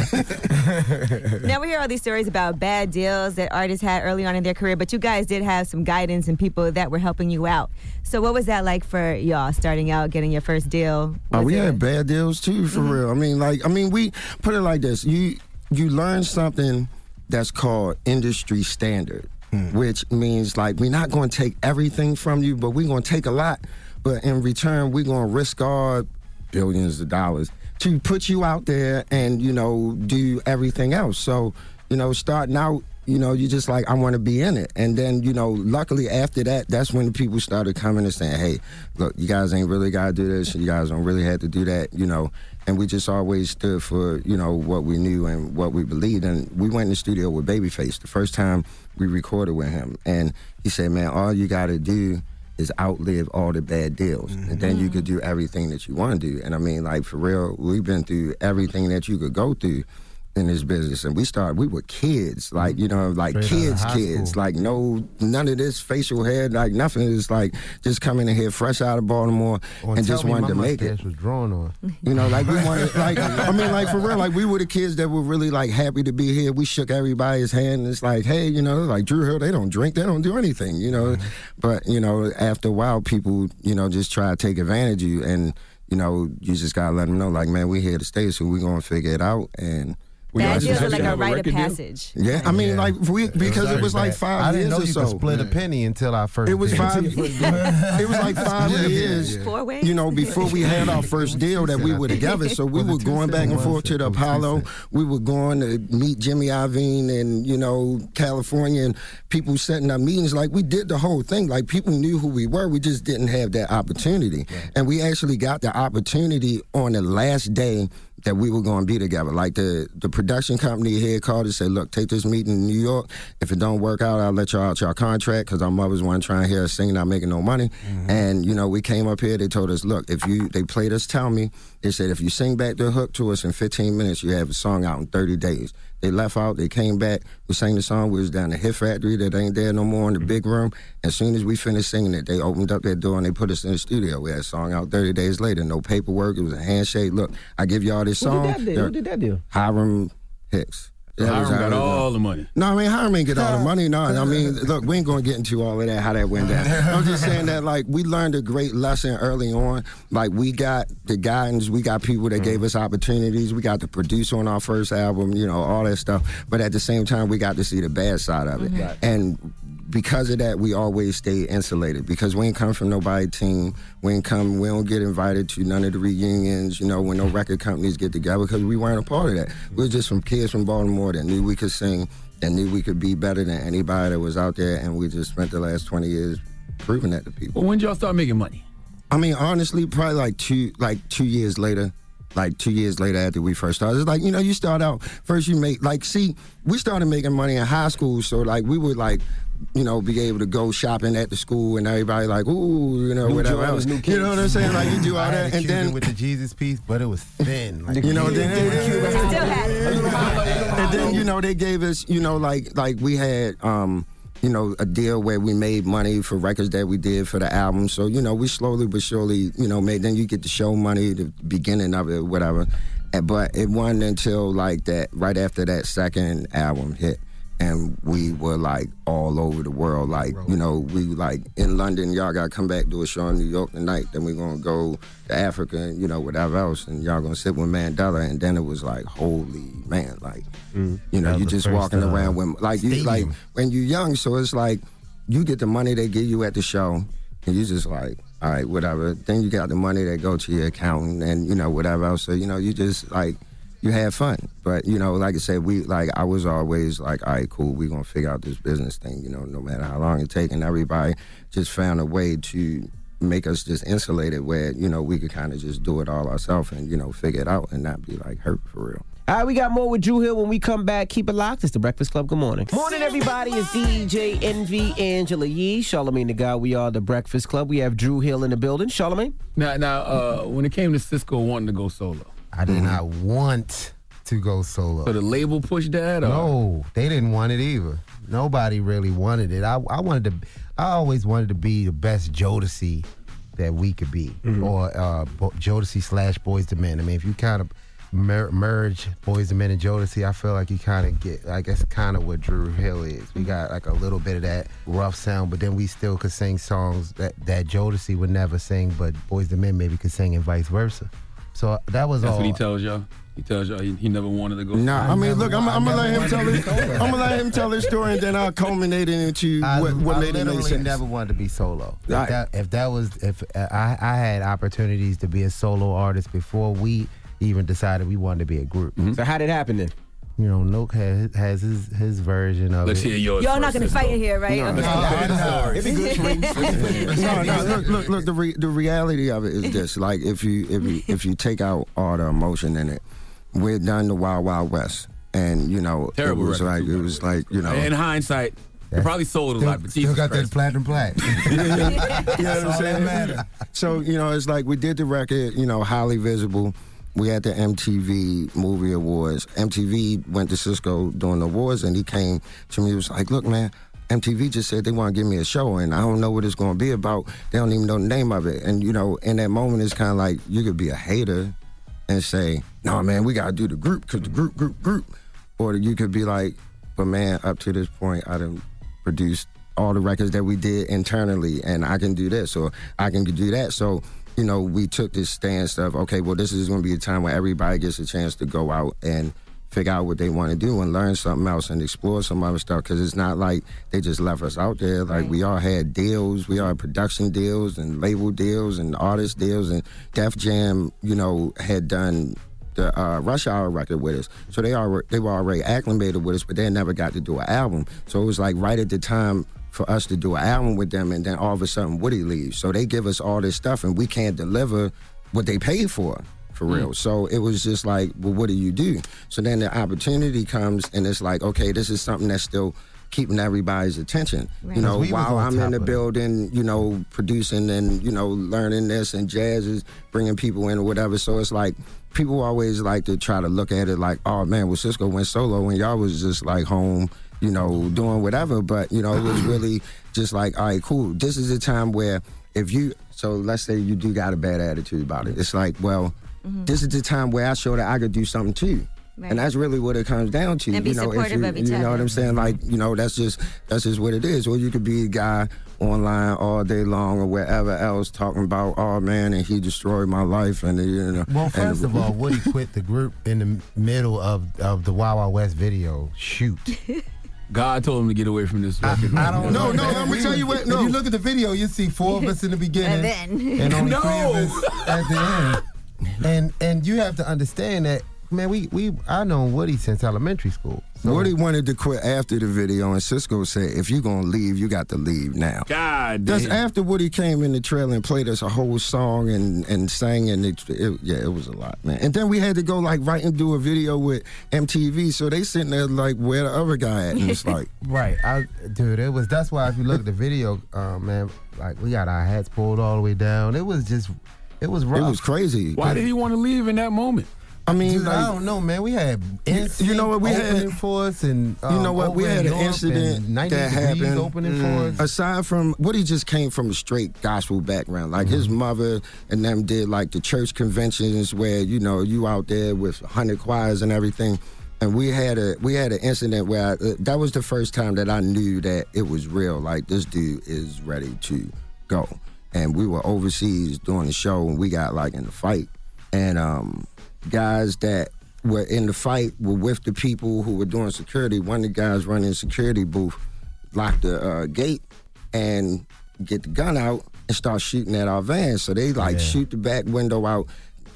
Speaker 3: Now we hear all these stories about bad deals that artists had early on in their career, but you guys did have some guidance and people that were helping you out. So what was that like for y'all starting out, getting your first deal?
Speaker 15: Um,
Speaker 14: Oh, we had bad deals too, for real. I mean, like, I mean, we put it like this: you you learn something that's called industry standard, which means like we're not going to take everything from you, but we're going to take a lot. But in return, we're going to risk our billions of dollars to put you out there and you know do everything else. So you know, starting out. You know, you just like I want to be in it, and then you know, luckily after that, that's when the people started coming and saying, "Hey, look, you guys ain't really gotta do this, you guys don't really have to do that," you know. And we just always stood for you know what we knew and what we believed. And we went in the studio with Babyface the first time we recorded with him, and he said, "Man, all you gotta do is outlive all the bad deals, and then you could
Speaker 15: Mm-hmm.
Speaker 14: do everything that you want to do." And I mean, like for real, we've been through everything that you could go through in this business and we started we were kids like you know like
Speaker 15: Straight outta
Speaker 14: kids
Speaker 15: high
Speaker 14: kids like no none of this facial hair like nothing is like just coming in here fresh out of baltimore
Speaker 15: Or
Speaker 14: and
Speaker 15: tell
Speaker 14: just
Speaker 15: me my
Speaker 14: wanted to make it
Speaker 15: mustache was drawn on.
Speaker 14: you know, like we wanted, like I mean, like for real, like we were the kids that were really like happy to be here. We shook everybody's hand. And it's like, hey, you know, like Drew Hill, they don't drink, they don't do anything, you know.
Speaker 15: Mm-hmm.
Speaker 14: But you know, after a while, people, you know, just try to take advantage of you, and you know, you just gotta let them know, like, man, we here to stay, so we gonna figure it out, and. we
Speaker 3: Bad
Speaker 14: all
Speaker 3: deals
Speaker 14: just
Speaker 3: are
Speaker 14: have
Speaker 3: like
Speaker 14: to
Speaker 3: a
Speaker 14: have
Speaker 3: rite
Speaker 14: record
Speaker 3: of
Speaker 14: deal.
Speaker 3: passage.
Speaker 14: Yeah, I mean, like we because it was like five
Speaker 15: I didn't
Speaker 14: years
Speaker 15: know
Speaker 14: or
Speaker 15: you
Speaker 14: so.
Speaker 15: could split a penny until I first.
Speaker 14: It was
Speaker 15: did.
Speaker 14: five. it was like five
Speaker 15: Yeah, yeah,
Speaker 14: years.
Speaker 15: yeah.
Speaker 14: You know, before we had our first deal that we were together. So we were going back and forth to the Apollo. We were going to meet Jimmy Iovine and you know California and people setting up meetings. Like we did the whole thing. Like people knew who we were. We just didn't have that opportunity. And we actually got the opportunity on the last day that we were going to be together. Like the the production company here called and said, "Look, take this meeting in New York. If it don't work out, I'll let y'all out your contract because I'm always one trying to hear us singing, not making no money." And you know, we came up here. They told us, "Look, if you they played us, tell me." They said, "If you sing back the hook to us in 15 minutes, you have a song out in 30 days." They left out. They came back. We sang the song. We was down the Hit Factory that ain't there no more in
Speaker 6: Mm-hmm.
Speaker 14: the big room. As soon as we finished singing it, they opened up that door and they put us in the studio. We had a song out 30 days later. No paperwork. It was a handshake. Look, I give y'all this
Speaker 6: Who
Speaker 14: song.
Speaker 6: did that do? Who did that do?
Speaker 14: Hiram Hicks. That was
Speaker 10: Hiram
Speaker 14: how
Speaker 10: got
Speaker 14: it
Speaker 10: all
Speaker 14: was.
Speaker 10: the money.
Speaker 14: No, I mean Hiram ain't get all the money. No, I mean look, we ain't gonna get into all of that how that went down. I'm just saying that like we learned a great lesson early on. Like we got the guidance, we got people that gave us opportunities, we got the producer on our first album, you know, all that stuff. But at the same time, we got to see the bad side of it,
Speaker 6: Mhm. Right.
Speaker 14: and. Because of that, we always stay insulated because we ain't come from nobody team. We ain't come, we don't get invited to none of the reunions, you know, when no record companies get together because we weren't a part of that. We was just some kids from Baltimore that knew we could sing and knew we could be better than anybody that was out there, and we just spent the last 20 years proving that to people.
Speaker 10: Well, when did y'all start making money?
Speaker 14: I mean, honestly, probably like two, like two years later, like two years later after we first started. It's like you know, you start out first, you make like see, we started making money in high school, so like we would like. You know, be able to go shopping at the school, and everybody like, ooh, you know,
Speaker 15: New
Speaker 14: whatever.
Speaker 15: Jordans,
Speaker 14: else.
Speaker 15: new
Speaker 14: you know
Speaker 15: kicks.
Speaker 14: what I'm saying? Like you do all
Speaker 15: I had
Speaker 14: that,
Speaker 15: a
Speaker 14: and
Speaker 15: Cuban
Speaker 14: then
Speaker 15: with the Jesus piece, but it was thin. Like,
Speaker 14: you know,
Speaker 15: yeah,
Speaker 14: then,
Speaker 15: yeah, yeah.
Speaker 14: and then you know they gave us you know like like we had um you know a deal where we made money for records that we did for the album so you know we slowly but surely you know made then you get the show money the beginning of it whatever And- but it wasn't until like that right after that second album hit and we were like all over the world like you know we like in london y'all gotta come back do a show in new york tonight then we're gonna go to africa and you know whatever else and y'all gonna sit with mandela and then it was like holy man like you know,
Speaker 6: That
Speaker 14: you
Speaker 6: was
Speaker 14: just
Speaker 6: the first,
Speaker 14: walking
Speaker 6: uh,
Speaker 14: around with like you like when you're young, so it's like you get the money they give you at the show, and you just like, all right, whatever. Then you got the money that go to your accountant and you know whatever else. So you know, you just like you have fun, but you know, like I said, we like I was always like, all right, cool, we gonna figure out this business thing, you know, no matter how long it take, and everybody just found a way to make us just insulated where you know we could kind of just do it all ourselves and you know figure it out and not be like hurt for real.
Speaker 6: All right, we got more with Drew Hill when we come back. Keep it locked. It's the Breakfast Club. Good morning. Morning, everybody. It's DJ NV Angela Yee, Charlemagne the Guy. We are the Breakfast Club. We have Drew Hill in the building. Charlemagne.
Speaker 10: Now, now, uh, when it came to Cisco wanting to go solo,
Speaker 15: I did not want to go solo.
Speaker 10: so the label pushed that. Or?
Speaker 15: No, they didn't want it either. Nobody really wanted it. I, I wanted to. I always wanted to be the best Jodeci that we could be,
Speaker 10: Mm-hmm.
Speaker 15: or uh, Bo- Jodeci slash Boys to Men. I mean, if you kind of mer- merge Boys to Men and Jodeci, I feel like you kind of get. I guess kind of what Drew Hill is. We got like a little bit of that rough sound, but then we still could sing songs that that Jodeci would never sing, but Boys to Men maybe could sing, and vice versa. So that was
Speaker 10: That's
Speaker 15: all.
Speaker 10: what he tells y'all. He tells y'all he, he never wanted to go.
Speaker 14: Nah, I mean,
Speaker 10: solo.
Speaker 14: look, I'm, I'm gonna let him tell his, I'm gonna let him tell his story, and then I'll culminate it into what, what
Speaker 15: I
Speaker 14: made it make
Speaker 15: literally
Speaker 14: sense.
Speaker 15: never wanted to be solo. If,
Speaker 14: Right.
Speaker 15: that, if that was, if uh, I, I had opportunities to be a solo artist before we even decided we wanted to be a group.
Speaker 14: Mm-hmm.
Speaker 6: So how did it happen then?
Speaker 15: You know, Nook has, has his his version of
Speaker 10: Let's
Speaker 15: it.
Speaker 10: hear yours.
Speaker 3: Y'all not gonna fight in here, right?
Speaker 15: No,
Speaker 3: Okay.
Speaker 14: no, no, look, look, look. The re- the reality of it is this: like, if you if you if you take out all the emotion in it, we're done the Wild Wild West, and you know,
Speaker 10: Terrible
Speaker 14: it was
Speaker 10: record,
Speaker 14: like it was like you know,
Speaker 10: In hindsight, it probably sold a lot, but Jesus
Speaker 15: Still got
Speaker 10: Christ.
Speaker 15: that platinum plaque.
Speaker 14: you know what I'm saying? So, you know, it's like we did the record, you know, highly visible. We had the MTV Movie Awards. MTV went to Cisco doing the awards, and he came to me. He was like, "Look, man, MTV just said they want to give me a show, and I don't know what it's going to be about. They don't even know the name of it." And you know, in that moment, it's kind of like you could be a hater and say, "No, man, we got to do the group because the group, group, group," or you could be like, "But man, up to this point, I done produced all the records that we did internally, and I can do this or I can do that." So. You know, we took this stance of okay, well, this is going to be a time where everybody gets a chance to go out and figure out what they want to do and learn something else and explore some other stuff because it's not like they just left us out there like we all had deals we all had production deals and label deals and artist deals and def jam you know had done the uh, rush hour record with us so they are they were already acclimated with us but they never got to do an album so it was like right at the time for us to do an album with them and then all of a sudden woody leaves so they give us all this stuff and we can't deliver what they paid for for
Speaker 6: Hmm.
Speaker 14: real. So it was just like, well, what do you do? So then the opportunity comes, and it's like, okay, this is something that's still keeping everybody's attention.
Speaker 6: Right.
Speaker 14: You know,
Speaker 6: 'Cause we was
Speaker 14: while
Speaker 6: on
Speaker 14: I'm
Speaker 6: top
Speaker 14: in the
Speaker 6: of it.
Speaker 14: building, you know, producing and you know learning this, and jazz is bringing people in or whatever. So it's like people always like to try to look at it like, oh man, well Cisco went solo and y'all was just like home. You know, doing whatever, but you know, it was really just like, all right, cool. This is a time where if you, so let's say you do got a bad attitude about it, it's like, well, this is the time where I show that I could do something too.
Speaker 3: Mm-hmm. Right.
Speaker 14: And that's really what it comes down to.
Speaker 3: And be
Speaker 14: you know, if
Speaker 3: supportive
Speaker 14: you,
Speaker 3: of each
Speaker 14: you know
Speaker 3: other.
Speaker 14: what I'm saying? Like, you know, that's just that's just what it is. Or you could be a guy online all day long or wherever else talking about, oh man, and he destroyed my life and you know.
Speaker 15: Well,
Speaker 14: and-
Speaker 15: first of all, Woody quit the group in the middle of, of the Wild Wild West video shoot.
Speaker 10: God told him to get away from this record.
Speaker 15: I don't
Speaker 16: No, no, I'm gonna tell you what. No. If you look at the video, you see four of us in the beginning,
Speaker 15: And then-
Speaker 16: and only
Speaker 15: No.
Speaker 16: three of us
Speaker 15: at the end. And and you have to understand that, man, we we I known Woody since elementary school.
Speaker 14: Woody wanted to quit after the video, and Cisco said, "If you're gonna leave, you got to leave now."
Speaker 10: God,
Speaker 14: that's
Speaker 10: damn.
Speaker 14: after Woody came in the trailer and played us a whole song and and sang, and it, it- yeah, it was a lot, man. And then we had to go like right and do a video with MTV, so they sitting there like, "Where the other guy at?" And it's like,
Speaker 15: Right, I, dude. It was that's why if you look at the video, uh, man, like we got our hats pulled all the way down. It was just, it was rough.
Speaker 14: was crazy.
Speaker 10: Why did he want to leave in that moment?
Speaker 14: I mean,
Speaker 15: Dude, I
Speaker 14: like-
Speaker 15: don't know, man. We had
Speaker 14: You- you know what we had
Speaker 15: for us, and
Speaker 14: you
Speaker 15: um,
Speaker 14: know what we
Speaker 15: over in
Speaker 14: had an
Speaker 15: Europe
Speaker 14: incident
Speaker 15: and 90
Speaker 14: that
Speaker 15: degrees
Speaker 14: happened. Mm.
Speaker 15: opening for us.
Speaker 14: Aside from what he just came from a straight gospel background, like
Speaker 15: Mm-hmm.
Speaker 14: his mother and them did like the church conventions where you know you out there with hundred choirs and everything. And we had a we had an incident where I, uh, that was the first time that I knew that it was real. Like this dude is ready to go. And we were overseas doing the show, and we got like in the fight. And um, guys that were in the fight were with the people who were doing security. One of the guys running the security booth locked the uh, gate and get the gun out and start shooting at our van. So they like shoot the back window out.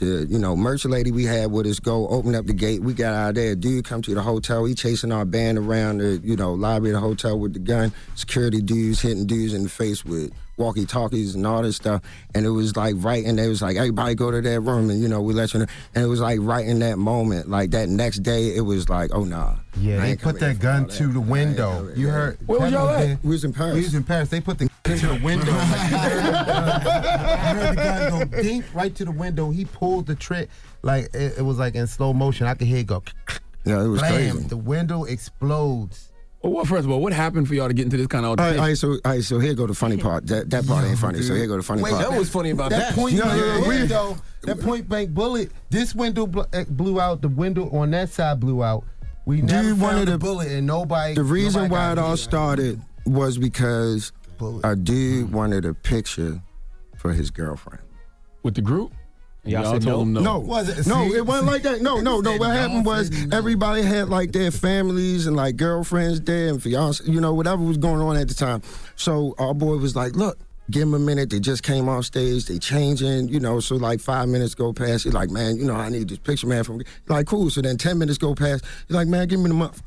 Speaker 14: The you know merch lady we had with us go open up the gate. We got out of there. Dude come to the hotel. He chasing our band around the you know lobby of the hotel with the gun. Security dudes hitting dudes in the face with walkie talkies and all this stuff. And it was like right, and they was like everybody go to that room, and you know we let you know. And it was like right in that moment, like that next day, it was like oh nah.
Speaker 15: Yeah,
Speaker 14: I
Speaker 15: they
Speaker 14: ain't
Speaker 15: put that gun to the window. You heard?
Speaker 14: Where was
Speaker 15: Kevin
Speaker 14: y'all
Speaker 15: there.
Speaker 14: at? We was in Paris.
Speaker 15: We was in Paris. They put the gun to the window. you heard the gun go dink right to the window. He pulled the trick like it, it was like in slow motion. I could hear it go.
Speaker 14: Yeah, it was
Speaker 15: blam.
Speaker 14: crazy.
Speaker 15: The window explodes.
Speaker 10: Well, what, first of all, what happened for y'all to get into this kind of?
Speaker 14: All right, all right, so all right, so here go the funny part. That that part ain't funny. So here go the funny
Speaker 15: Wait,
Speaker 14: part.
Speaker 15: that was funny about That that. point
Speaker 14: No, no,
Speaker 15: blank
Speaker 14: no, we-
Speaker 15: window, that point blank bullet. This window bl- eh, blew out. The window on that side blew out. We
Speaker 14: Dude,
Speaker 15: never
Speaker 14: one of
Speaker 15: found the
Speaker 14: the-
Speaker 15: bullet, and nobody.
Speaker 14: the reason
Speaker 15: nobody
Speaker 14: why
Speaker 15: got
Speaker 14: it all
Speaker 15: hit.
Speaker 14: started was because a dude wanted a picture for his girlfriend
Speaker 10: with the group. Y'all,
Speaker 14: said
Speaker 10: told him no.
Speaker 14: No, no, it wasn't like that. No, no, no. What happened was everybody had like their families and like girlfriends there and fiance, you know, whatever was going on at the time. So our boy was like, look. Give him a minute. They just came off stage. They changing, you know. So like five minutes go past. He's like, man, you know, I need this picture, man. From like, cool. So then ten minutes go past. He's like, man, give me the month.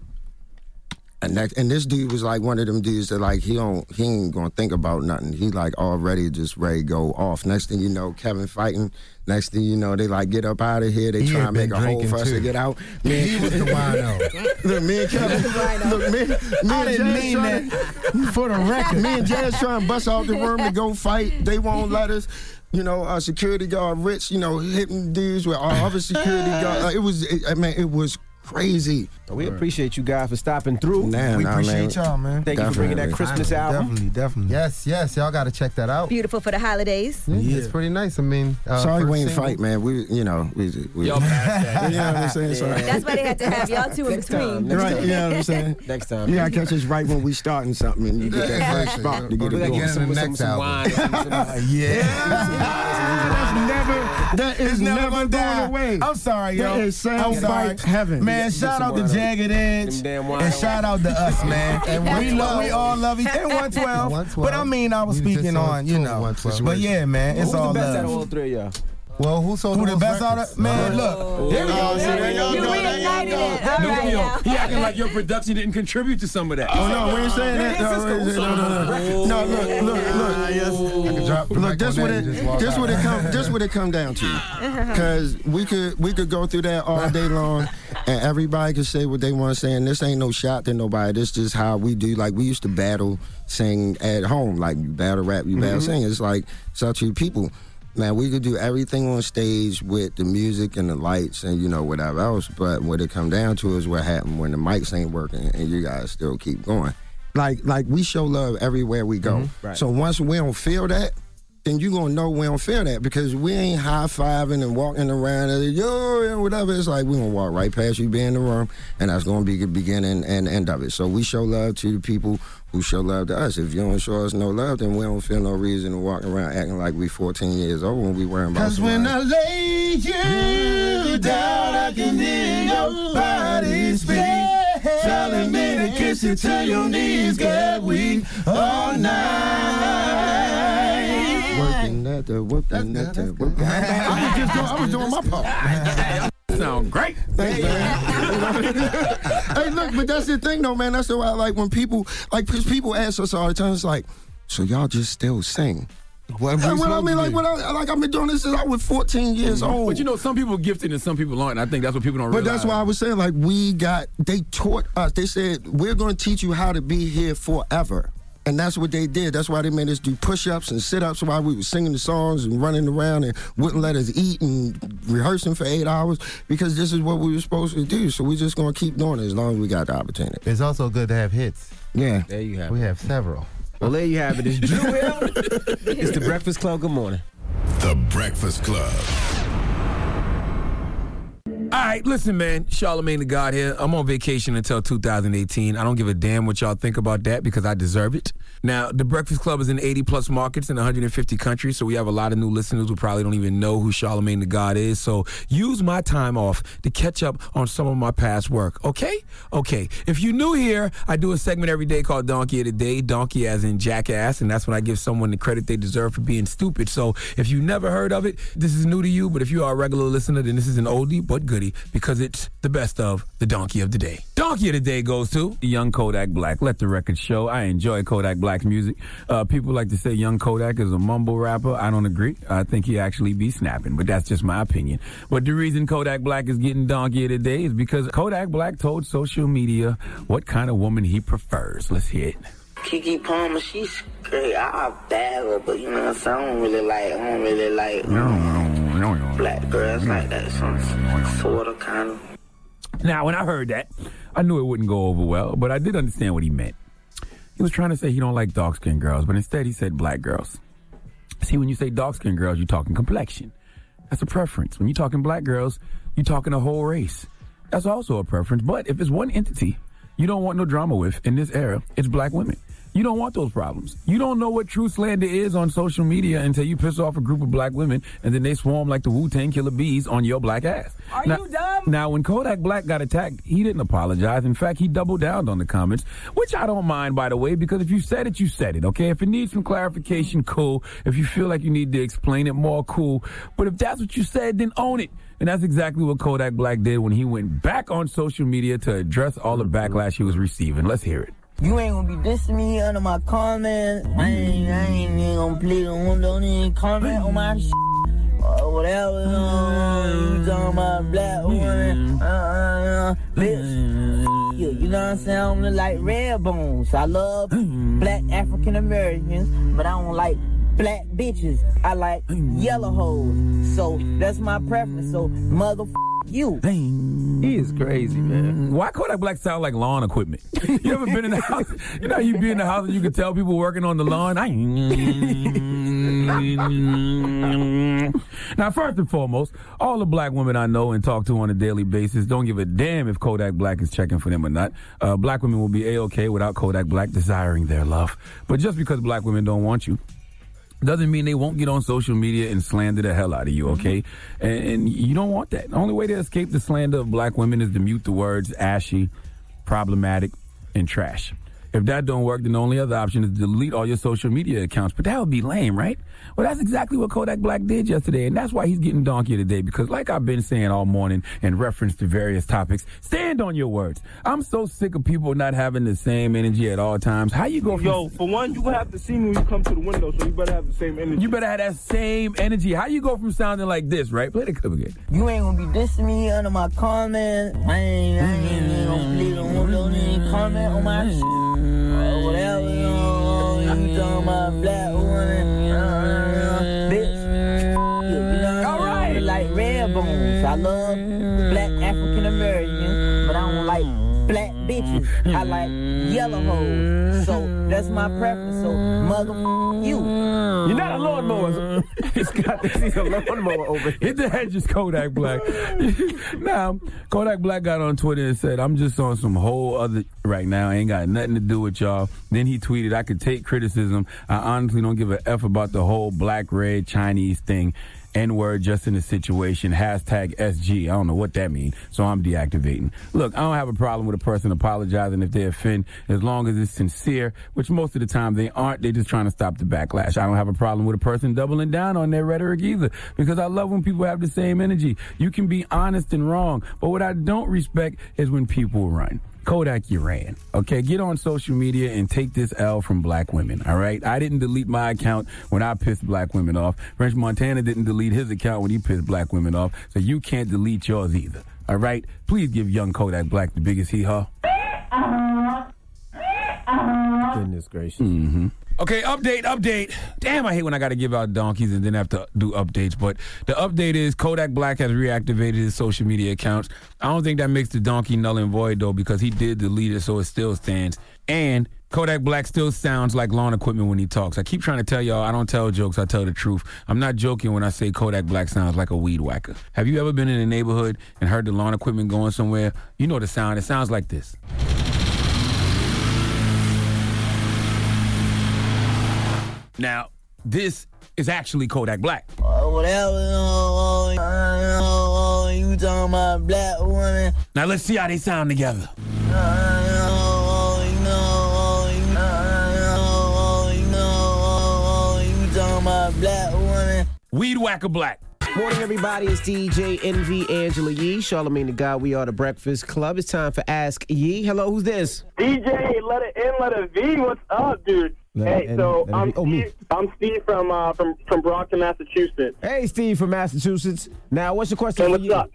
Speaker 14: And that, and this dude was like one of them dudes that like he don't he ain't gonna think about nothing. He like already just ready to go off. Next thing you know, Kevin fighting. Next thing you know, they like get up out of here. They
Speaker 15: He
Speaker 14: try
Speaker 15: had
Speaker 14: to make
Speaker 15: been
Speaker 14: a hole
Speaker 15: drinking,
Speaker 14: for us to
Speaker 15: too.
Speaker 14: get out. Me
Speaker 15: He was the wino.
Speaker 14: look, me and Kevin. look, me, me
Speaker 15: I
Speaker 14: and
Speaker 15: didn't
Speaker 14: Jazz
Speaker 15: mean
Speaker 14: trying to, for the record. Me and Jazz trying to bust out the room to go fight. They won't let us. You know, our security guard Rich. You know, hitting dudes with our other security guard. Like, uh, it was. It, I mean, it was crazy.
Speaker 6: We appreciate you guys for stopping through.
Speaker 14: Nah,
Speaker 6: we
Speaker 14: nah,
Speaker 6: appreciate
Speaker 14: man.
Speaker 6: y'all, man. Thank you for bringing that
Speaker 14: Definitely.
Speaker 6: Christmas
Speaker 15: Finally,
Speaker 6: album.
Speaker 15: Definitely, definitely. Yes, yes. Y'all got to check that out. Mm-hmm.
Speaker 3: Beautiful for the holidays.
Speaker 15: Yeah, It's pretty nice. I mean, uh,
Speaker 14: Sorry
Speaker 15: first
Speaker 14: we ain't
Speaker 15: single-
Speaker 14: fight, man. We, you know, we, we
Speaker 15: Y'all past
Speaker 14: you know what I'm saying? Sorry.
Speaker 3: That's why they had to have y'all two in between.
Speaker 14: right, you know what I'm saying?
Speaker 6: Next time.
Speaker 14: You gotta catch us right when we starting something and you get that first spot to get it going.
Speaker 16: That's
Speaker 14: never. That is never, going away.
Speaker 16: I'm sorry, yo.
Speaker 14: That is
Speaker 16: I'm
Speaker 14: soundbite
Speaker 16: sorry.
Speaker 14: heaven.
Speaker 16: Man,
Speaker 14: Get-
Speaker 16: shout
Speaker 14: get
Speaker 16: out
Speaker 14: some
Speaker 16: to
Speaker 14: wine.
Speaker 16: Jagged Edge.
Speaker 14: Them damn
Speaker 16: And
Speaker 14: wine.
Speaker 16: shout out to us, man.
Speaker 14: And
Speaker 16: we,
Speaker 14: 112.
Speaker 16: love, we all love each And 112. But I mean, I was speaking on, you know. But yeah, man, it's
Speaker 6: Who's
Speaker 16: all
Speaker 6: the best out of
Speaker 16: love.
Speaker 6: all three of y'all?
Speaker 15: Well, who sold
Speaker 16: Who the
Speaker 15: most
Speaker 16: best out
Speaker 15: records?
Speaker 16: of man?
Speaker 10: Oh.
Speaker 16: Look, there we go.
Speaker 10: Oh, see, there
Speaker 16: y'all
Speaker 10: you
Speaker 16: go.
Speaker 10: go.
Speaker 16: There y'all
Speaker 10: Reignited
Speaker 16: go.
Speaker 10: it. All No, right, he now. he acting like your production didn't contribute to some of that.
Speaker 16: Oh no, we ain't saying that. No, we ain't saying- no, no, no. No, look, look, look.
Speaker 14: Look, this what it this what it come this what it come down to. Cause we could we could go through that all day long, and everybody could say what they want to say, and this ain't no shot to nobody. This just how we do. Like we used to battle sing at home, like you battle rap, you battle
Speaker 16: Mhm.
Speaker 14: sing. It's like such you people. Man, we could do everything on stage with the music and the lights and you know whatever else, but what it come down to is what happened when the mics ain't working and you guys still keep going. Like like we show love everywhere we
Speaker 15: Mm-hmm.
Speaker 14: go.
Speaker 6: Mm-hmm.
Speaker 16: Mhm. Right.
Speaker 14: So once we don't feel that, then you gonna know we don't feel that because we ain't high fiving and walking around and yo and whatever. It's like we gonna walk right past you, be in the room, and that's gonna be the beginning and end of it. So we show love to the people who show love to us. If you don't show us no love, then we don't feel no reason to walk around acting like we 14 years old when we worrying about.
Speaker 16: Cause when
Speaker 14: somebody.
Speaker 16: I lay you down, I can hear your body speak. Telling me to kiss you till your knees get weak all night.
Speaker 14: Working that, the working that, the working.
Speaker 16: I was just doing, I was doing my part.
Speaker 10: Sound great.
Speaker 14: Thanks, man. hey, look, but that's the thing, though, man. That's why, like, when people, like, 'cause people ask us all the time, it's like, so y'all just still sing? What,
Speaker 10: we
Speaker 14: what I
Speaker 10: supposed
Speaker 14: mean,
Speaker 10: to
Speaker 14: like,
Speaker 10: do?
Speaker 14: what I, like, I've been doing this since I was 14 years old.
Speaker 10: But you know, some people are gifted and some people aren't. I think that's what people don't
Speaker 14: But
Speaker 10: realize.
Speaker 14: that's why I was saying, like, we got, they taught us, they said, we're going to teach you how to be here forever. And that's what they did. That's why they made us do push ups and sit ups while we were singing the songs and running around and wouldn't let us eat and rehearsing for eight hours because this is what we were supposed to do. So we're just going to keep doing it as long as we got the opportunity.
Speaker 15: It's also good to have hits.
Speaker 14: Yeah.
Speaker 6: There you have
Speaker 15: We have several.
Speaker 6: Well, there you have it. It's Drew Hill. it's the Breakfast Club. Good morning.
Speaker 8: The Breakfast Club.
Speaker 10: All right, listen, man. Charlemagne the God here. I'm on vacation until 2018. I don't give a damn what y'all think about that because I deserve it. Now, The Breakfast Club is in 80 plus markets in 150 countries, so we have a lot of new listeners who probably don't even know who Charlemagne the God is. So use my time off to catch up on some of my past work, okay? Okay. If you're new here, I do a segment every day called Donkey of the Day, Donkey as in jackass, and that's when I give someone the credit they deserve for being stupid. So if you never heard of it, this is new to you, but if you are a regular listener, then this is an oldie but goodie because it's the best of the Donkey of the Day. Donkey of the Day goes to Young Kodak Black. Let the record show. I enjoy Kodak Black's music. Uh, people like to say Young Kodak is a mumble rapper. I don't agree. I think he actually be snapping, but that's just my opinion. But the reason Kodak Black is getting Donkey of the Day is because Kodak Black told social media what kind of woman he prefers. Let's hear it.
Speaker 18: Kiki Palmer, she's great. I, I bag her, but you know what I'm saying? I don't really like, I don't really like black girls like that. Some sort of kind of.
Speaker 10: Now, when I heard that, I knew it wouldn't go over well, but I did understand what he meant. He was trying to say he don't like dark skinned girls, but instead he said black girls. See, when you say dark skinned girls, you're talking complexion. That's a preference. When you're talking black girls, you're talking a whole race. That's also a preference. But if it's one entity you don't want no drama with in this era, it's black women. You don't want those problems. You don't know what true slander is on social media until you piss off a group of black women and then they swarm like the Wu Tang Killer Bees on your black ass.
Speaker 16: Are
Speaker 10: now,
Speaker 16: you dumb?
Speaker 10: Now, when Kodak Black got attacked, he didn't apologize. In fact, he doubled down on the comments, which I don't mind, by the way, because if you said it, you said it, okay? If it needs some clarification, cool. If you feel like you need to explain it more, cool. But if that's what you said, then own it. And that's exactly what Kodak Black did when he went back on social media to address all the backlash he was receiving. Let's hear it.
Speaker 18: You ain't gonna be dissing me under my comments. I ain't, I ain't even gonna play the one, don't even comment on my shit. Or whatever, uh, you talking about black woman, uh, uh, uh, bitch, you, you know what I'm saying? I don't look like red bones. I love black African Americans, but I don't like black bitches. I like yellow hoes. So that's my preference. So motherfucker you.
Speaker 10: He is crazy, man. Why Kodak Black sound like lawn equipment? You ever been in the house? You know, how you be in the house and you can tell people working on the lawn. I. Now, first and foremost, all the black women I know and talk to on a daily basis don't give a damn if Kodak Black is checking for them or not. Uh, black women will be a okay without Kodak Black desiring their love. But just because black women don't want you, doesn't mean they won't get on social media and slander the hell out of you, okay? And, and you don't want that. The only way to escape the slander of black women is to mute the words ashy, problematic, and trash. If that don't work, then the only other option is delete all your social media accounts. But that would be lame, right? Well, that's exactly what Kodak Black did yesterday, and that's why he's getting donkey today. Because, like I've been saying all morning in reference to various topics, stand on your words. I'm so sick of people not having the same energy at all times. How you go from
Speaker 19: Yo, for one, you have to see me when you come to the window, so you better have the same energy.
Speaker 10: You better have that same energy. How you go from sounding like this, right? Play the clip again.
Speaker 18: You ain't gonna be dissing me under my comments. I ain't, I ain't even gonna play the window, then comment on my shit. Or whatever, you know, you talking about black woman. Uh, bitch, you know, All right. like red bones. I love black African Americans, but I don't like black bitches. I like yellow hoes. So that's my preference. So motherfucker you.
Speaker 10: You're not a lawnmower. it's got to see Mm-hmm. a lawnmower over here. Hit the hedges, Kodak Black. now, Kodak Black got on Twitter and said, I'm just on some whole other right now. Ain't got nothing to do with y'all. Then he tweeted, I could take criticism. I honestly don't give a F about the whole black, red, Chinese thing. N word just in the situation. Hashtag SG. I don't know what that means, so I'm deactivating. Look, I don't have a problem with a person apologizing if they offend, as long as it's sincere, which most of the time they aren't. They're just trying to stop the backlash. I don't have a problem with a person doubling down on their rhetoric either, because I love when people have the same energy. You can be honest and wrong, but what I don't respect is when people run. Kodak, you ran. Okay, get on social media and take this L from black women. All right, I didn't delete my account when I pissed black women off. French Montana didn't delete his account when he pissed black women off. So you can't delete yours either. All right, please give young Kodak Black the biggest hee haw.
Speaker 6: Goodness gracious.
Speaker 10: Mm-hmm. Okay, update, update. Damn, I hate when I got to give out donkeys and then have to do updates. But the update is Kodak Black has reactivated his social media accounts. I don't think that makes the donkey null and void though, because he did delete it, so it still stands. And Kodak Black still sounds like lawn equipment when he talks. I keep trying to tell y'all I don't tell jokes, I tell the truth. I'm not joking when I say Kodak Black sounds like a weed whacker. Have you ever been in a neighborhood and heard the lawn equipment going somewhere? You know the sound. It sounds like this. Now, this is actually Kodak Black.
Speaker 18: Or whatever, you know, uh, you talking about black woman.
Speaker 10: Now let's see how they sound together. Weed Whacker Black.
Speaker 6: Morning, everybody. It's DJ NV Angela Yee, Charlemagne the Guy. We are the Breakfast Club. It's time for Ask Yee. Hello, who's this?
Speaker 2: DJ, let it in, let it be. What's up, dude?
Speaker 6: Let
Speaker 2: hey,
Speaker 6: it in,
Speaker 2: so
Speaker 6: let it
Speaker 2: um, I'm
Speaker 6: be. Oh, me.
Speaker 2: Steve, I'm Steve from uh, from from Brockton, Massachusetts.
Speaker 6: Hey, Steve from Massachusetts. Now, what's your question?
Speaker 2: Hey,
Speaker 6: for
Speaker 2: what's
Speaker 6: Yee?
Speaker 2: up?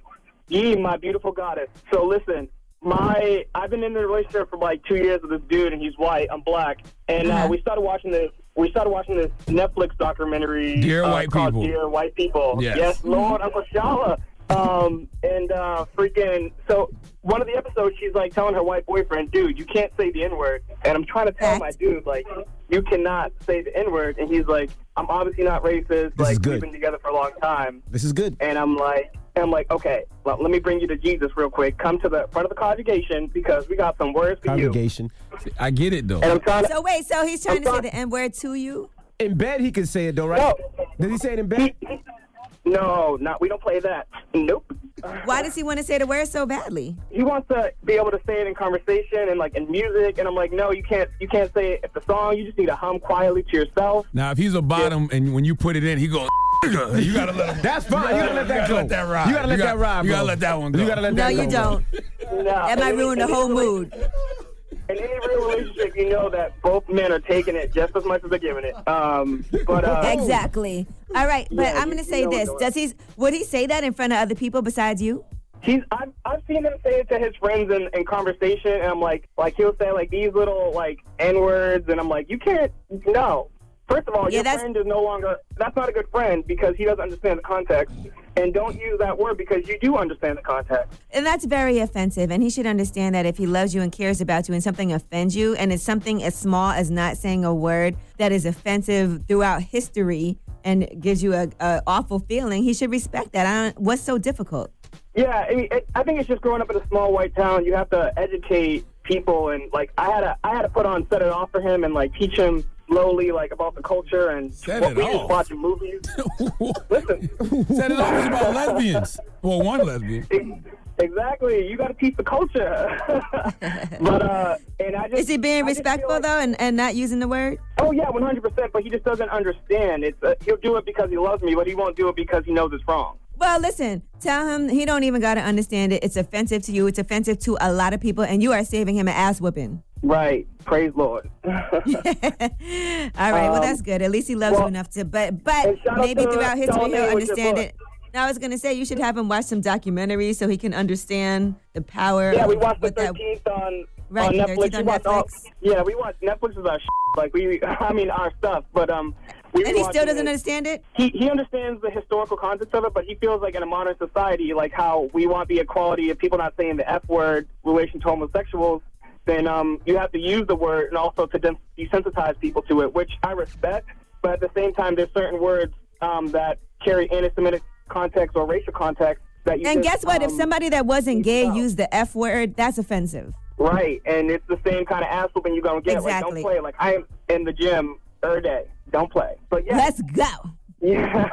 Speaker 2: Yee, my beautiful goddess. So listen, my I've been in a relationship for like two years with this dude, and he's white. I'm black, and uh, we started watching this. We started watching this Netflix documentary
Speaker 10: Dear
Speaker 2: uh,
Speaker 10: White
Speaker 2: called
Speaker 10: People.
Speaker 2: Dear White People.
Speaker 10: Yes.
Speaker 2: Lord, Uncle Shala. Um, and uh, freaking so one of the episodes, she's like telling her white boyfriend, "Dude, you can't say the N word." And I'm trying to tell my dude, like, you cannot say the N word, and he's like, "I'm obviously not racist.
Speaker 6: This is
Speaker 2: like,
Speaker 6: good.
Speaker 2: we've been together for a long time."
Speaker 6: This is good.
Speaker 2: And I'm like, and I'm like, okay, well, let me bring you to Jesus real quick. Come to the front of the congregation because we got some words for you.
Speaker 6: Congregation.
Speaker 10: I get it, though.
Speaker 2: And I'm trying to.
Speaker 3: So wait, so he's trying to say the N word to you?
Speaker 6: In bed, he can say it, though, right? Did he say it in bed?
Speaker 2: No, not. We don't play that. Nope.
Speaker 3: Why does he want to say the word so badly?
Speaker 2: He wants to be able to say it in conversation and like in music, and I'm like, no, you can't. You can't say it at the song. You just need to hum quietly to yourself.
Speaker 10: Now, if he's a bottom and when you put it in, he goes, "Nigga," you gotta let him.
Speaker 6: That's fine. You gotta let that
Speaker 10: you gotta
Speaker 6: go.
Speaker 10: Let that ride.
Speaker 6: You gotta let
Speaker 10: got-
Speaker 6: that ride,
Speaker 10: You
Speaker 6: bro.
Speaker 10: gotta let that one go.
Speaker 6: You gotta let
Speaker 3: No, you don't. That might ruin the whole mood.
Speaker 2: In any real relationship, you know that both men are taking it just as much as they're giving it. Um, but uh,
Speaker 3: Exactly. All right, but
Speaker 2: Yeah,
Speaker 3: I'm
Speaker 2: you-
Speaker 3: gonna
Speaker 2: you
Speaker 3: say
Speaker 2: know
Speaker 3: this:
Speaker 2: what
Speaker 3: Does he? Would he say that in front of other people besides you?
Speaker 2: He's. I've, I've seen him say it to his friends in, in conversation, and I'm like, like he'll say like these little like n words, and I'm like, you can't. No. First of all,
Speaker 3: Yeah,
Speaker 2: your
Speaker 3: that's-
Speaker 2: friend is no longer. That's not a good friend because he doesn't understand the context, and don't use that word because you do understand the context.
Speaker 3: And that's very offensive. And he should understand that if he loves you and cares about you and something offends you, and it's something as small as not saying a word that is offensive throughout history and gives you a, a awful feeling, he should respect that. I don't, what's so difficult?
Speaker 2: Yeah, I mean, it, I think it's just growing up in a small white town. You have to educate people, and like I had to, I had to put on set it off for him and like teach him slowly, like about the culture and
Speaker 10: Set
Speaker 2: what
Speaker 10: it
Speaker 2: we
Speaker 10: off.
Speaker 2: just watching movies. Listen,
Speaker 10: Said it all was about lesbians. Well, one lesbian.
Speaker 2: exactly. You got to keep the culture. but uh, and I just
Speaker 3: Is he being respectful though, and, and not using the word?
Speaker 2: oh yeah, one hundred percent. But he just doesn't understand. It's uh, he'll do it because he loves me, but he won't do it because he knows it's wrong.
Speaker 3: Well, listen, tell him he don't even gotta understand it. It's offensive to you. It's offensive to a lot of people, and you are saving him an ass whooping.
Speaker 2: Right. Praise Lord.
Speaker 3: All right. well,
Speaker 2: Um,
Speaker 3: that's good. At least he loves you enough to. But but
Speaker 2: and shout out
Speaker 3: maybe
Speaker 2: to
Speaker 3: throughout history
Speaker 2: Charlamagne
Speaker 3: he'll
Speaker 2: with your
Speaker 3: understand
Speaker 2: book.
Speaker 3: it. Now I was gonna say you should have him watch some documentaries so he can understand the power.
Speaker 2: Yeah, we
Speaker 3: of
Speaker 2: watched the
Speaker 3: what that-
Speaker 2: thirteenth on
Speaker 3: Right,
Speaker 2: on
Speaker 3: the
Speaker 2: Netflix.
Speaker 3: 13th
Speaker 2: We
Speaker 3: on
Speaker 2: watched all,
Speaker 3: Netflix.
Speaker 2: yeah, we watched Netflix is our sh- like we I mean our stuff, but um we
Speaker 3: And he still
Speaker 2: rewatching
Speaker 3: doesn't understand it?
Speaker 2: He he understands the historical context of it, but he feels like in a modern society, like how we want the equality of people not saying the F word in relation to homosexuals, then um you have to use the word and also to den- desensitize people to it, which I respect, but at the same time there's certain words um that carry anti Semitic context or racial context that you
Speaker 3: And
Speaker 2: just,
Speaker 3: guess what? If
Speaker 2: um,
Speaker 3: somebody that wasn't gay used the f word, that's offensive.
Speaker 2: Right, and it's the same kind of ass whooping you're gonna get. Like,
Speaker 3: Exactly.
Speaker 2: don't play. Like I am in the gym every day. Don't play. But yeah,
Speaker 3: let's go.
Speaker 2: Yeah.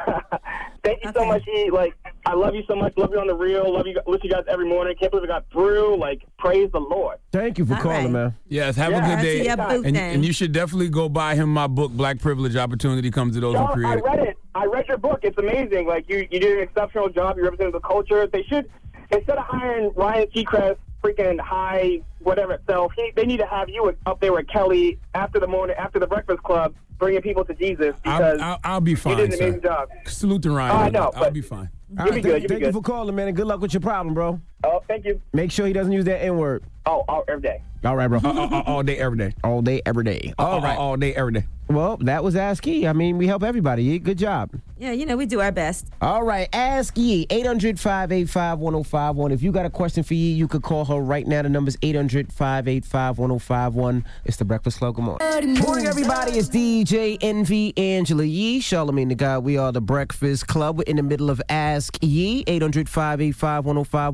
Speaker 2: Thank you so much, E. Like I love you so much. Love you on the real. Love you. Listen to you guys every morning. Can't believe I got through. Like praise the Lord.
Speaker 6: Thank you for calling, man.
Speaker 10: Yes, have
Speaker 2: Yeah.
Speaker 10: a good
Speaker 2: That's
Speaker 10: day.
Speaker 2: your boo
Speaker 10: and,
Speaker 2: thing.
Speaker 10: and you should definitely go buy him my book, Black Privilege Opportunity Comes to Those Who
Speaker 2: No, I
Speaker 10: Create It.
Speaker 2: read it. I read your book. It's amazing. Like you, you did an exceptional job. You represented the culture. They should instead of hiring Ryan Seacrest, freaking high whatever itself, he, they need to have you up there with Kelly after the morning, after the Breakfast Club, bringing people to Jesus. Because
Speaker 10: I'll, I'll, I'll be fine.
Speaker 2: you did an
Speaker 10: sir.
Speaker 2: amazing job.
Speaker 10: Salute to Ryan.
Speaker 2: Oh, I know,
Speaker 10: I'll
Speaker 2: but-
Speaker 10: be fine.
Speaker 6: All
Speaker 2: You
Speaker 6: right,
Speaker 2: be
Speaker 6: thank,
Speaker 2: good, you be
Speaker 6: thank you
Speaker 2: good.
Speaker 6: for calling, man, and good luck with your problem, bro.
Speaker 2: Oh, thank you.
Speaker 6: Make sure he doesn't use that N word.
Speaker 2: Oh, all, every day.
Speaker 6: All right, bro.
Speaker 10: Uh, all, day, every day.
Speaker 6: All day, every day.
Speaker 10: All right. All day, every day.
Speaker 6: Well, that was Ask Key. I mean, we help everybody. Ye. Good job.
Speaker 3: Yeah, you know we do our best.
Speaker 6: All right, ask Yee, 800 585 1051. If you got a question for Yee, you could call her right now. The number's 800 585 1051. It's the Breakfast Club. Good morning. Morning, everybody. It's DJ NV Angela Yee, Charlemagne the Guy. We are the Breakfast Club. We're in the middle of Ask Yee, 800 585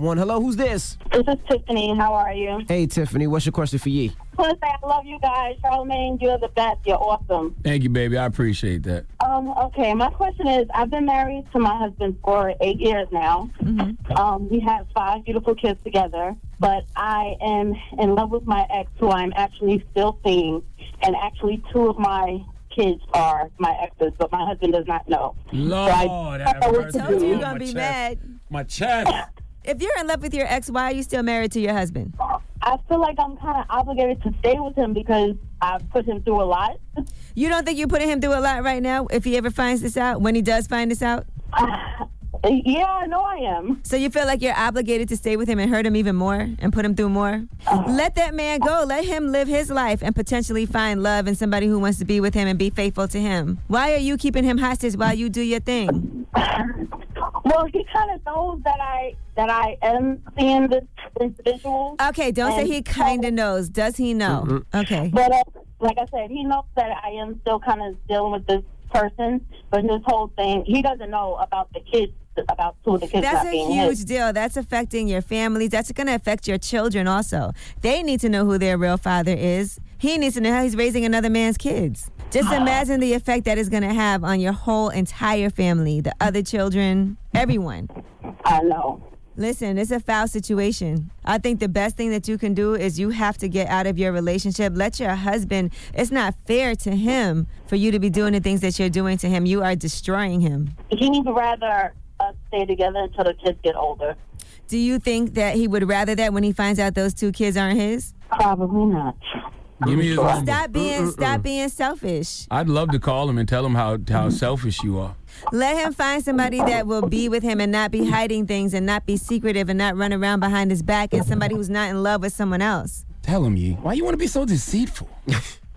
Speaker 6: 1051. Hello, who's this?
Speaker 20: This is Tiffany. How are you?
Speaker 6: Hey, Tiffany, what's your question for Yee?
Speaker 20: I want to say I love you guys. Charlemagne, you're the best. You're awesome.
Speaker 10: Thank you, baby. I appreciate that.
Speaker 20: Um, okay, my question is I've been married to my husband for eight years now.
Speaker 3: Mm-hmm.
Speaker 20: Um, we have five beautiful kids together, but I am in love with my ex, who I'm actually still seeing. And actually, two of my kids are my exes, but my husband does not know.
Speaker 3: Mm-hmm.
Speaker 10: Lord,
Speaker 20: so I,
Speaker 10: have
Speaker 20: I
Speaker 10: mercy.
Speaker 3: Told you
Speaker 10: on
Speaker 3: you're
Speaker 10: my
Speaker 3: gonna be
Speaker 10: chest.
Speaker 3: mad.
Speaker 10: My chest.
Speaker 3: If you're in love with your ex, why are you still married to your husband?
Speaker 20: I feel like I'm kind of obligated to stay with him because I've put him through a lot.
Speaker 3: You don't think you're putting him through a lot right now if he ever finds this out, when he does find this out?
Speaker 20: yeah, I know I am.
Speaker 3: So you feel like you're obligated to stay with him and hurt him even more and put him through more? Let that man go. Let him live his life and potentially find love and somebody who wants to be with him and be faithful to him. Why are you keeping him hostage while you do your thing?
Speaker 20: Well, he kind of knows that I that I am seeing this individual.
Speaker 3: Okay, don't say
Speaker 20: And
Speaker 3: he kind of knows. Does he know? Okay.
Speaker 20: But uh, like I said, he knows that I am still kind of dealing with this person. But this whole thing, he doesn't know about the kids, about two of the kids
Speaker 3: That's
Speaker 20: not
Speaker 3: a
Speaker 20: being
Speaker 3: huge
Speaker 20: his.
Speaker 3: deal. That's affecting your families. That's going to affect your children also. They need to know who their real father is. He needs to know how he's raising another man's kids. Just
Speaker 20: Ah.
Speaker 3: imagine the effect that is going to have on your whole entire family, the other children, everyone.
Speaker 20: I know.
Speaker 3: Listen, it's a foul situation. I think the best thing that you can do is you have to get out of your relationship. Let your husband, it's not fair to him for you to be doing the things that you're doing to him. You are destroying him.
Speaker 20: He'd rather us stay together until the kids get older.
Speaker 3: Do you think that he would rather that when he finds out those two kids aren't his?
Speaker 20: Probably not.
Speaker 10: Give me his number.
Speaker 3: Stop being
Speaker 10: Mm-mm-mm.
Speaker 3: stop being selfish.
Speaker 10: I'd love to call him and tell him how,
Speaker 20: Mm-hmm.
Speaker 10: how selfish you are.
Speaker 3: Let him find somebody that will be with him and not be hiding things and not be secretive and not run around behind his back and somebody who's not in love with someone else.
Speaker 10: Tell him, Yee. Why you want to be so deceitful?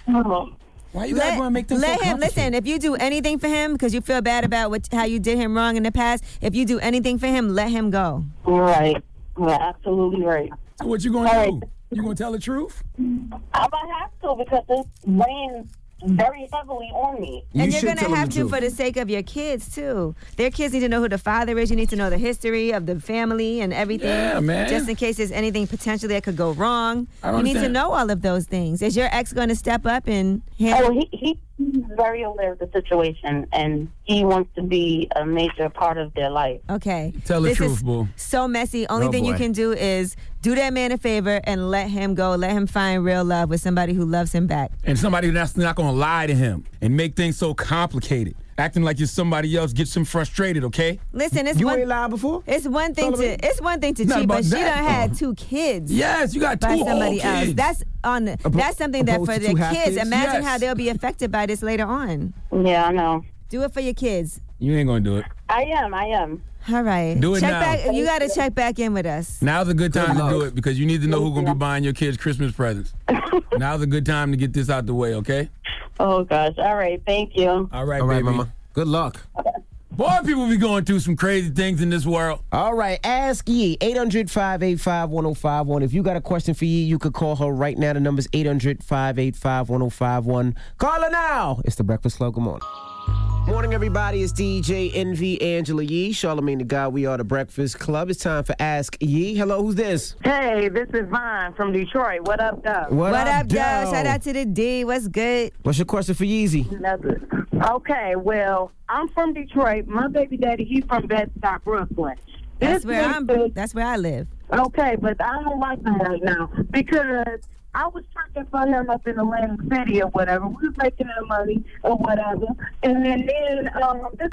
Speaker 10: Why you guys
Speaker 3: Let-
Speaker 10: want to make them
Speaker 3: Let
Speaker 10: so
Speaker 3: him
Speaker 10: complicated?
Speaker 3: listen. If you do anything for him because you feel bad about what how you did him wrong in the past, if you do anything for him, let him go.
Speaker 20: You're right. You're absolutely right.
Speaker 10: So what you going to do? You going to tell the truth?
Speaker 20: I'm gonna have to because it's weighing very heavily on me.
Speaker 3: And
Speaker 20: You
Speaker 3: you're
Speaker 20: should
Speaker 3: going
Speaker 20: tell
Speaker 3: to
Speaker 20: them
Speaker 3: have
Speaker 20: the
Speaker 3: to
Speaker 20: truth.
Speaker 3: for the sake of your kids, too. Their kids need to know who the father is. You need to know the history of the family and everything.
Speaker 10: Yeah, man.
Speaker 3: Just in case there's anything potentially that could go wrong.
Speaker 10: I don't
Speaker 3: you need
Speaker 10: understand.
Speaker 3: to know all of those things. Is your ex going to step up and handle
Speaker 20: Oh, he, he, he's very aware of the situation, and he wants to be a major part of their life.
Speaker 3: Okay.
Speaker 20: Tell the
Speaker 3: This
Speaker 20: truth,
Speaker 3: is
Speaker 20: boo.
Speaker 3: So messy. Only
Speaker 20: Oh,
Speaker 3: thing you
Speaker 20: boy.
Speaker 3: can do is do that man a favor and let him go. Let him find real love with somebody who loves him back.
Speaker 10: and somebody that's not gonna lie to him and make things so complicated, acting like you're somebody else gets him frustrated. Okay.
Speaker 3: Listen, it's
Speaker 10: You
Speaker 3: one,
Speaker 10: ain't lied before.
Speaker 3: It's one thing
Speaker 10: Tell him-
Speaker 3: to it's one thing to
Speaker 10: Not
Speaker 3: cheat,
Speaker 10: about
Speaker 3: but she
Speaker 10: that.
Speaker 3: done had two kids.
Speaker 10: Yes, you got
Speaker 3: by
Speaker 10: two whole
Speaker 3: somebody else.
Speaker 10: kids.
Speaker 3: That's on. the- that's something that
Speaker 10: opposed
Speaker 3: for
Speaker 10: to
Speaker 3: their
Speaker 10: two half
Speaker 3: kids.
Speaker 10: kids?
Speaker 3: Imagine
Speaker 10: Yes.
Speaker 3: how they'll be affected by this later on.
Speaker 20: Yeah, I know.
Speaker 3: Do it for your kids.
Speaker 10: You ain't gonna do it.
Speaker 20: I am. I am.
Speaker 3: All right.
Speaker 10: Do it
Speaker 3: check
Speaker 10: now.
Speaker 3: back. You got to check back in with us.
Speaker 10: Now's a good time to do it because you need to know who's gonna be buying your kids Christmas presents. Now's a good time to get this out the way. Okay.
Speaker 20: Oh gosh. All right. Thank you.
Speaker 10: All right, All right, baby. mama.
Speaker 6: Good luck.
Speaker 10: Boy, people be going through some crazy things in this world.
Speaker 6: All right, ask Yee, 800 585 1051. If you got a question for Yee, you could call her right now. The number's 800 585 1051. Call her now. It's the Breakfast Club. Good morning. Morning, everybody. It's DJ NV Angela Yee, Charlemagne the Guy. We are the Breakfast Club. It's time for Ask Yee. Hello, who's this?
Speaker 21: Hey, this is Vine from Detroit. What up, Doug?
Speaker 6: What What up, up,
Speaker 3: Yo, shout out to the D. What's good?
Speaker 6: What's your question for Yeezy?
Speaker 21: Nothing. Okay, well, I'm from Detroit. My baby daddy, he's from Bed-Stuy, Brooklyn.
Speaker 3: That's where I'm. That's where I live.
Speaker 21: Okay, but I don't like him right now because I was working for him up in Atlantic City or whatever. We was making our money or whatever, and then then um, this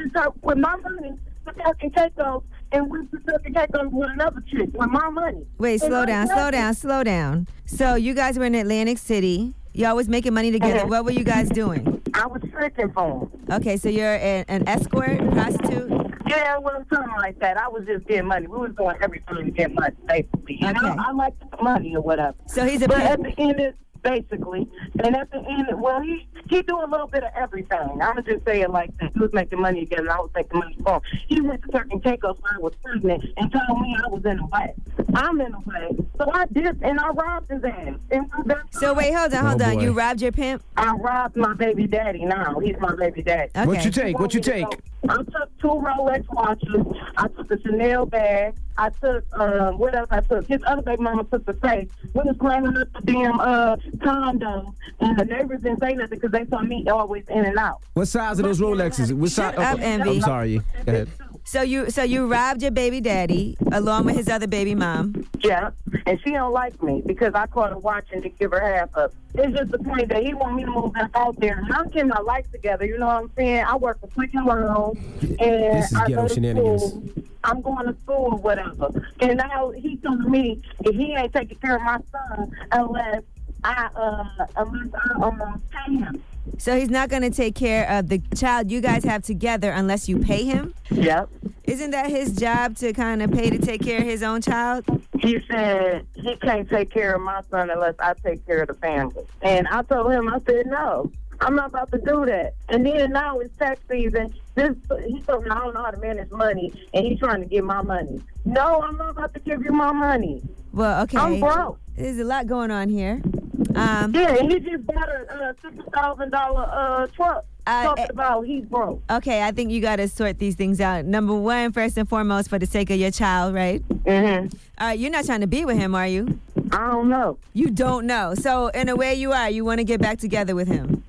Speaker 21: is up with my money to fucking take off, and we was fucking take off with another chick with my money.
Speaker 3: Wait,
Speaker 21: And
Speaker 3: slow
Speaker 21: I'm
Speaker 3: down, slow
Speaker 21: nothing.
Speaker 3: down, slow down. So you guys were in Atlantic City. Y'all was making money together. What were you guys doing?
Speaker 21: I was searching for him.
Speaker 3: Okay, so you're an, an escort, prostitute.
Speaker 21: Yeah, well, something like that. I was just getting money. We was doing everything to get money, basically. You know, I like money or whatever.
Speaker 3: So he's a
Speaker 21: but
Speaker 3: pimp.
Speaker 21: at the end, of, basically, and at the end, well, he he do a little bit of everything. I'm gonna just say it like that. He was making money again, and I was making money for him. He went to certain takeoffs when I was pregnant and told me I was in the way. I'm in the way, so I did, and I robbed his ass. And we got-
Speaker 3: So wait, hold on, hold
Speaker 21: Oh,
Speaker 3: on.
Speaker 21: boy.
Speaker 3: You robbed your pimp.
Speaker 21: I robbed my baby daddy. Now he's my baby daddy.
Speaker 3: Okay. What you take?
Speaker 21: He
Speaker 3: What you
Speaker 21: want me to
Speaker 3: take?
Speaker 21: go- I took two Rolex watches. I took a Chanel bag. I took uh, what else? I took his other baby mama took the safe. We was climbing up the damn uh, condo, and the neighbors didn't say nothing because they saw me always in and out.
Speaker 6: What size are those Rolexes? What size?
Speaker 3: up, Envy.
Speaker 6: I'm sorry, Yee. Go ahead.
Speaker 3: So you so you robbed your baby daddy along with his other baby mom.
Speaker 21: Yeah, and she don't like me because I caught her watching to give her half up. It's just the point that he want me to move back out there. And I'm getting my life together. You know what I'm saying? I work for freaking long, and
Speaker 6: This is
Speaker 21: I
Speaker 6: ghetto
Speaker 21: go to
Speaker 6: shenanigans.
Speaker 21: school. I'm going to school, whatever. And now he told me that he ain't taking care of my son unless I uh unless I um pay him.
Speaker 3: So he's not going to take care of the child you guys have together unless you pay him.
Speaker 21: Yep.
Speaker 3: Isn't that his job to kind of pay to take care of his own child?
Speaker 21: He said he can't take care of my son unless I take care of the family. And I told him, I said, no, I'm not about to do that. And then now it's tax season. This he told me I don't know how to manage money, and he's trying to get my money. No, I'm not about to give you my money.
Speaker 3: Well, okay.
Speaker 21: I'm broke.
Speaker 3: There's a lot going on here. Um,
Speaker 21: yeah, and he just bought a uh, sixty thousand dollar uh truck. Talking about he's broke.
Speaker 3: eh, Okay, I think you got to sort these things out. Number one, first and foremost, for the sake of your child, right?
Speaker 21: Mm-hmm.
Speaker 3: All right, you're not trying to be with him, are you?
Speaker 21: I don't know.
Speaker 3: You don't know. So in a way, you are. You want to get back together with him.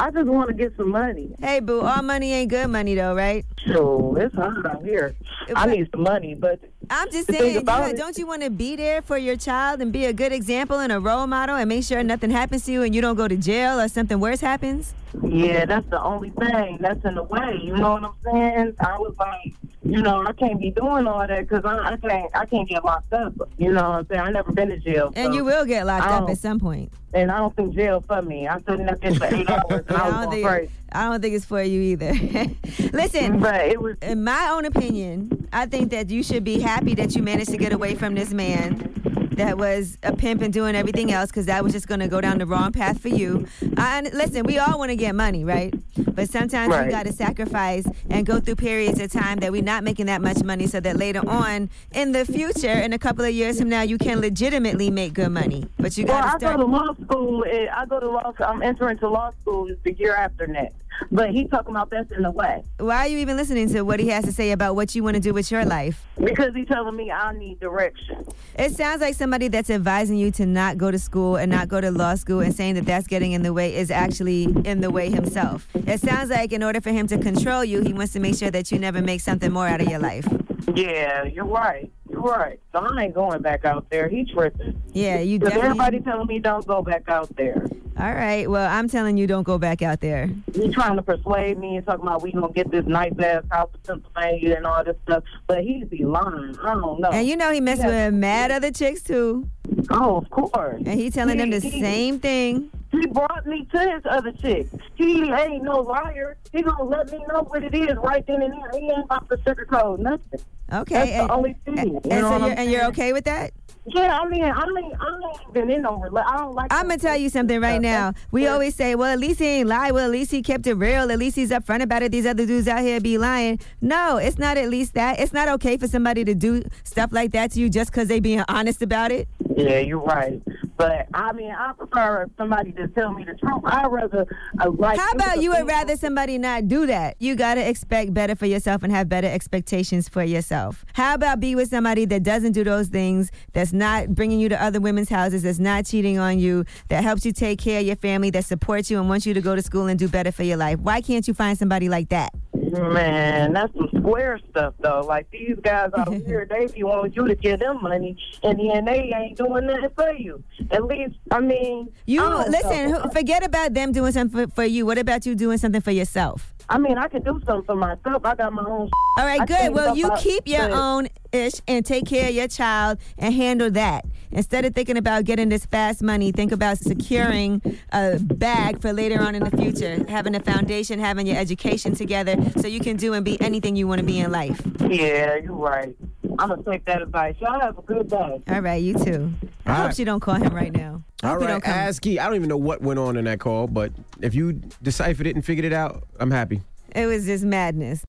Speaker 21: I just want to get some money.
Speaker 3: Hey, boo, all money ain't good money though, right?
Speaker 21: So it's hard out here. I need some money, but
Speaker 3: I'm just
Speaker 21: The thing
Speaker 3: saying, you-
Speaker 21: about it-
Speaker 3: don't you want to be there for your child and be a good example and a role model and make sure nothing happens to you and you don't go to jail or something worse happens?
Speaker 21: Yeah, that's the only thing that's in the way. You know what I'm saying? I was like, you know, I can't be doing all that because I, I can't, I can't get locked up. You know what I'm saying? I never been to jail,
Speaker 3: And
Speaker 21: so-
Speaker 3: you will get locked up
Speaker 21: Oh.
Speaker 3: at some point.
Speaker 21: And I don't think jail for me. I couldn't have been for eight hours. And I
Speaker 3: don't
Speaker 21: was going
Speaker 3: think,
Speaker 21: crazy.
Speaker 3: I don't think it's for you either. Listen,
Speaker 21: but it was
Speaker 3: in my own opinion, I think that you should be happy that you managed to get away from this man. that was a pimp and doing everything else because that was just going to go down the wrong path for you. I, and listen, we all want to get money, right? But sometimes
Speaker 21: Right.
Speaker 3: you got to sacrifice and go through periods of time that we're not making that much money so that later on in the future, in a couple of years from now, you can legitimately make good money. But you got
Speaker 21: well,
Speaker 3: to
Speaker 21: I
Speaker 3: start.
Speaker 21: go to law school. eh, I go to law. I'm entering to law school the year after next. But he talking about that's in the way
Speaker 3: Why are you even listening to what he has to say about what you want to do with your life?
Speaker 21: because he telling me I need direction.
Speaker 3: It sounds like somebody that's advising you to not go to school and not go to law school and saying that that's getting in the way is actually in the way himself. It sounds like in order for him to control you, he wants to make sure that you never make something more out of your life.
Speaker 21: Yeah, you're right. You're right. So I ain't going back out there. He tripping.
Speaker 3: Yeah, you
Speaker 21: Because
Speaker 3: definitely-
Speaker 21: everybody telling me don't go back out there.
Speaker 3: All right. Well, I'm telling you, don't go back out there.
Speaker 21: He trying to persuade me and talking about we gonna get this nice ass house in Pennsylvania and all this stuff. But he be lying. I don't know.
Speaker 3: And you know he messed with mad other chicks too.
Speaker 21: Oh, of course.
Speaker 3: And he telling them the same thing.
Speaker 21: He brought me to his other chick. He ain't no liar. He gonna let me know what it is right then and there. He ain't about to sugarcoat nothing.
Speaker 3: Okay.
Speaker 21: That's
Speaker 3: and,
Speaker 21: the only thing.
Speaker 3: and-
Speaker 21: You
Speaker 3: and
Speaker 21: know
Speaker 3: so
Speaker 21: what I'm
Speaker 3: you're, and you're okay with that?
Speaker 21: Yeah, I mean, I mean, I ain't been in no rela- I don't like.
Speaker 3: I'm gonna tell you something right now. We always say, well, at least he ain't lie. Well, at least he kept it real. At least he's upfront about it. These other dudes out here be lying. No, it's not at least that. It's not okay for somebody to do stuff like that to you just because they being honest about it.
Speaker 21: Yeah, you're right. But I mean, I prefer somebody to tell me the truth. I'd rather uh, like.
Speaker 3: How about you would rather somebody not do that? You gotta expect better for yourself and have better expectations for yourself. How about be with somebody that doesn't do those things, that's not bringing you to other women's houses, that's not cheating on you, that helps you take care of your family, that supports you and wants you to go to school and do better for your life? Why can't you find somebody like that?
Speaker 21: Man, that's some square stuff though. Like these guys out here, they be wanting you to give them money, and then they ain't doing nothing for you. At least, I mean,
Speaker 3: You
Speaker 21: I don't
Speaker 3: listen.
Speaker 21: know.
Speaker 3: Who, forget about them doing something for, for you. What about you doing something for yourself?
Speaker 21: I mean, I can do something for myself. I got my own.
Speaker 3: All
Speaker 21: I
Speaker 3: right, good.
Speaker 21: think
Speaker 3: Well, you
Speaker 21: about-
Speaker 3: keep your
Speaker 21: but-
Speaker 3: own ish and take care of your child and handle that. Instead of thinking about getting this fast money, think about securing a bag for later on in the future, having a foundation, having your education together so you can do and be anything you want to be in life.
Speaker 21: Yeah, you're right. I'm gonna take that advice. Y'all have a good day.
Speaker 3: All right, you too. I
Speaker 6: All
Speaker 3: hope
Speaker 6: right.
Speaker 3: she don't call him right now.
Speaker 6: All right, ASCII. I don't even know what went on in that call, but if you deciphered it and figured it out, I'm happy.
Speaker 3: It was just madness.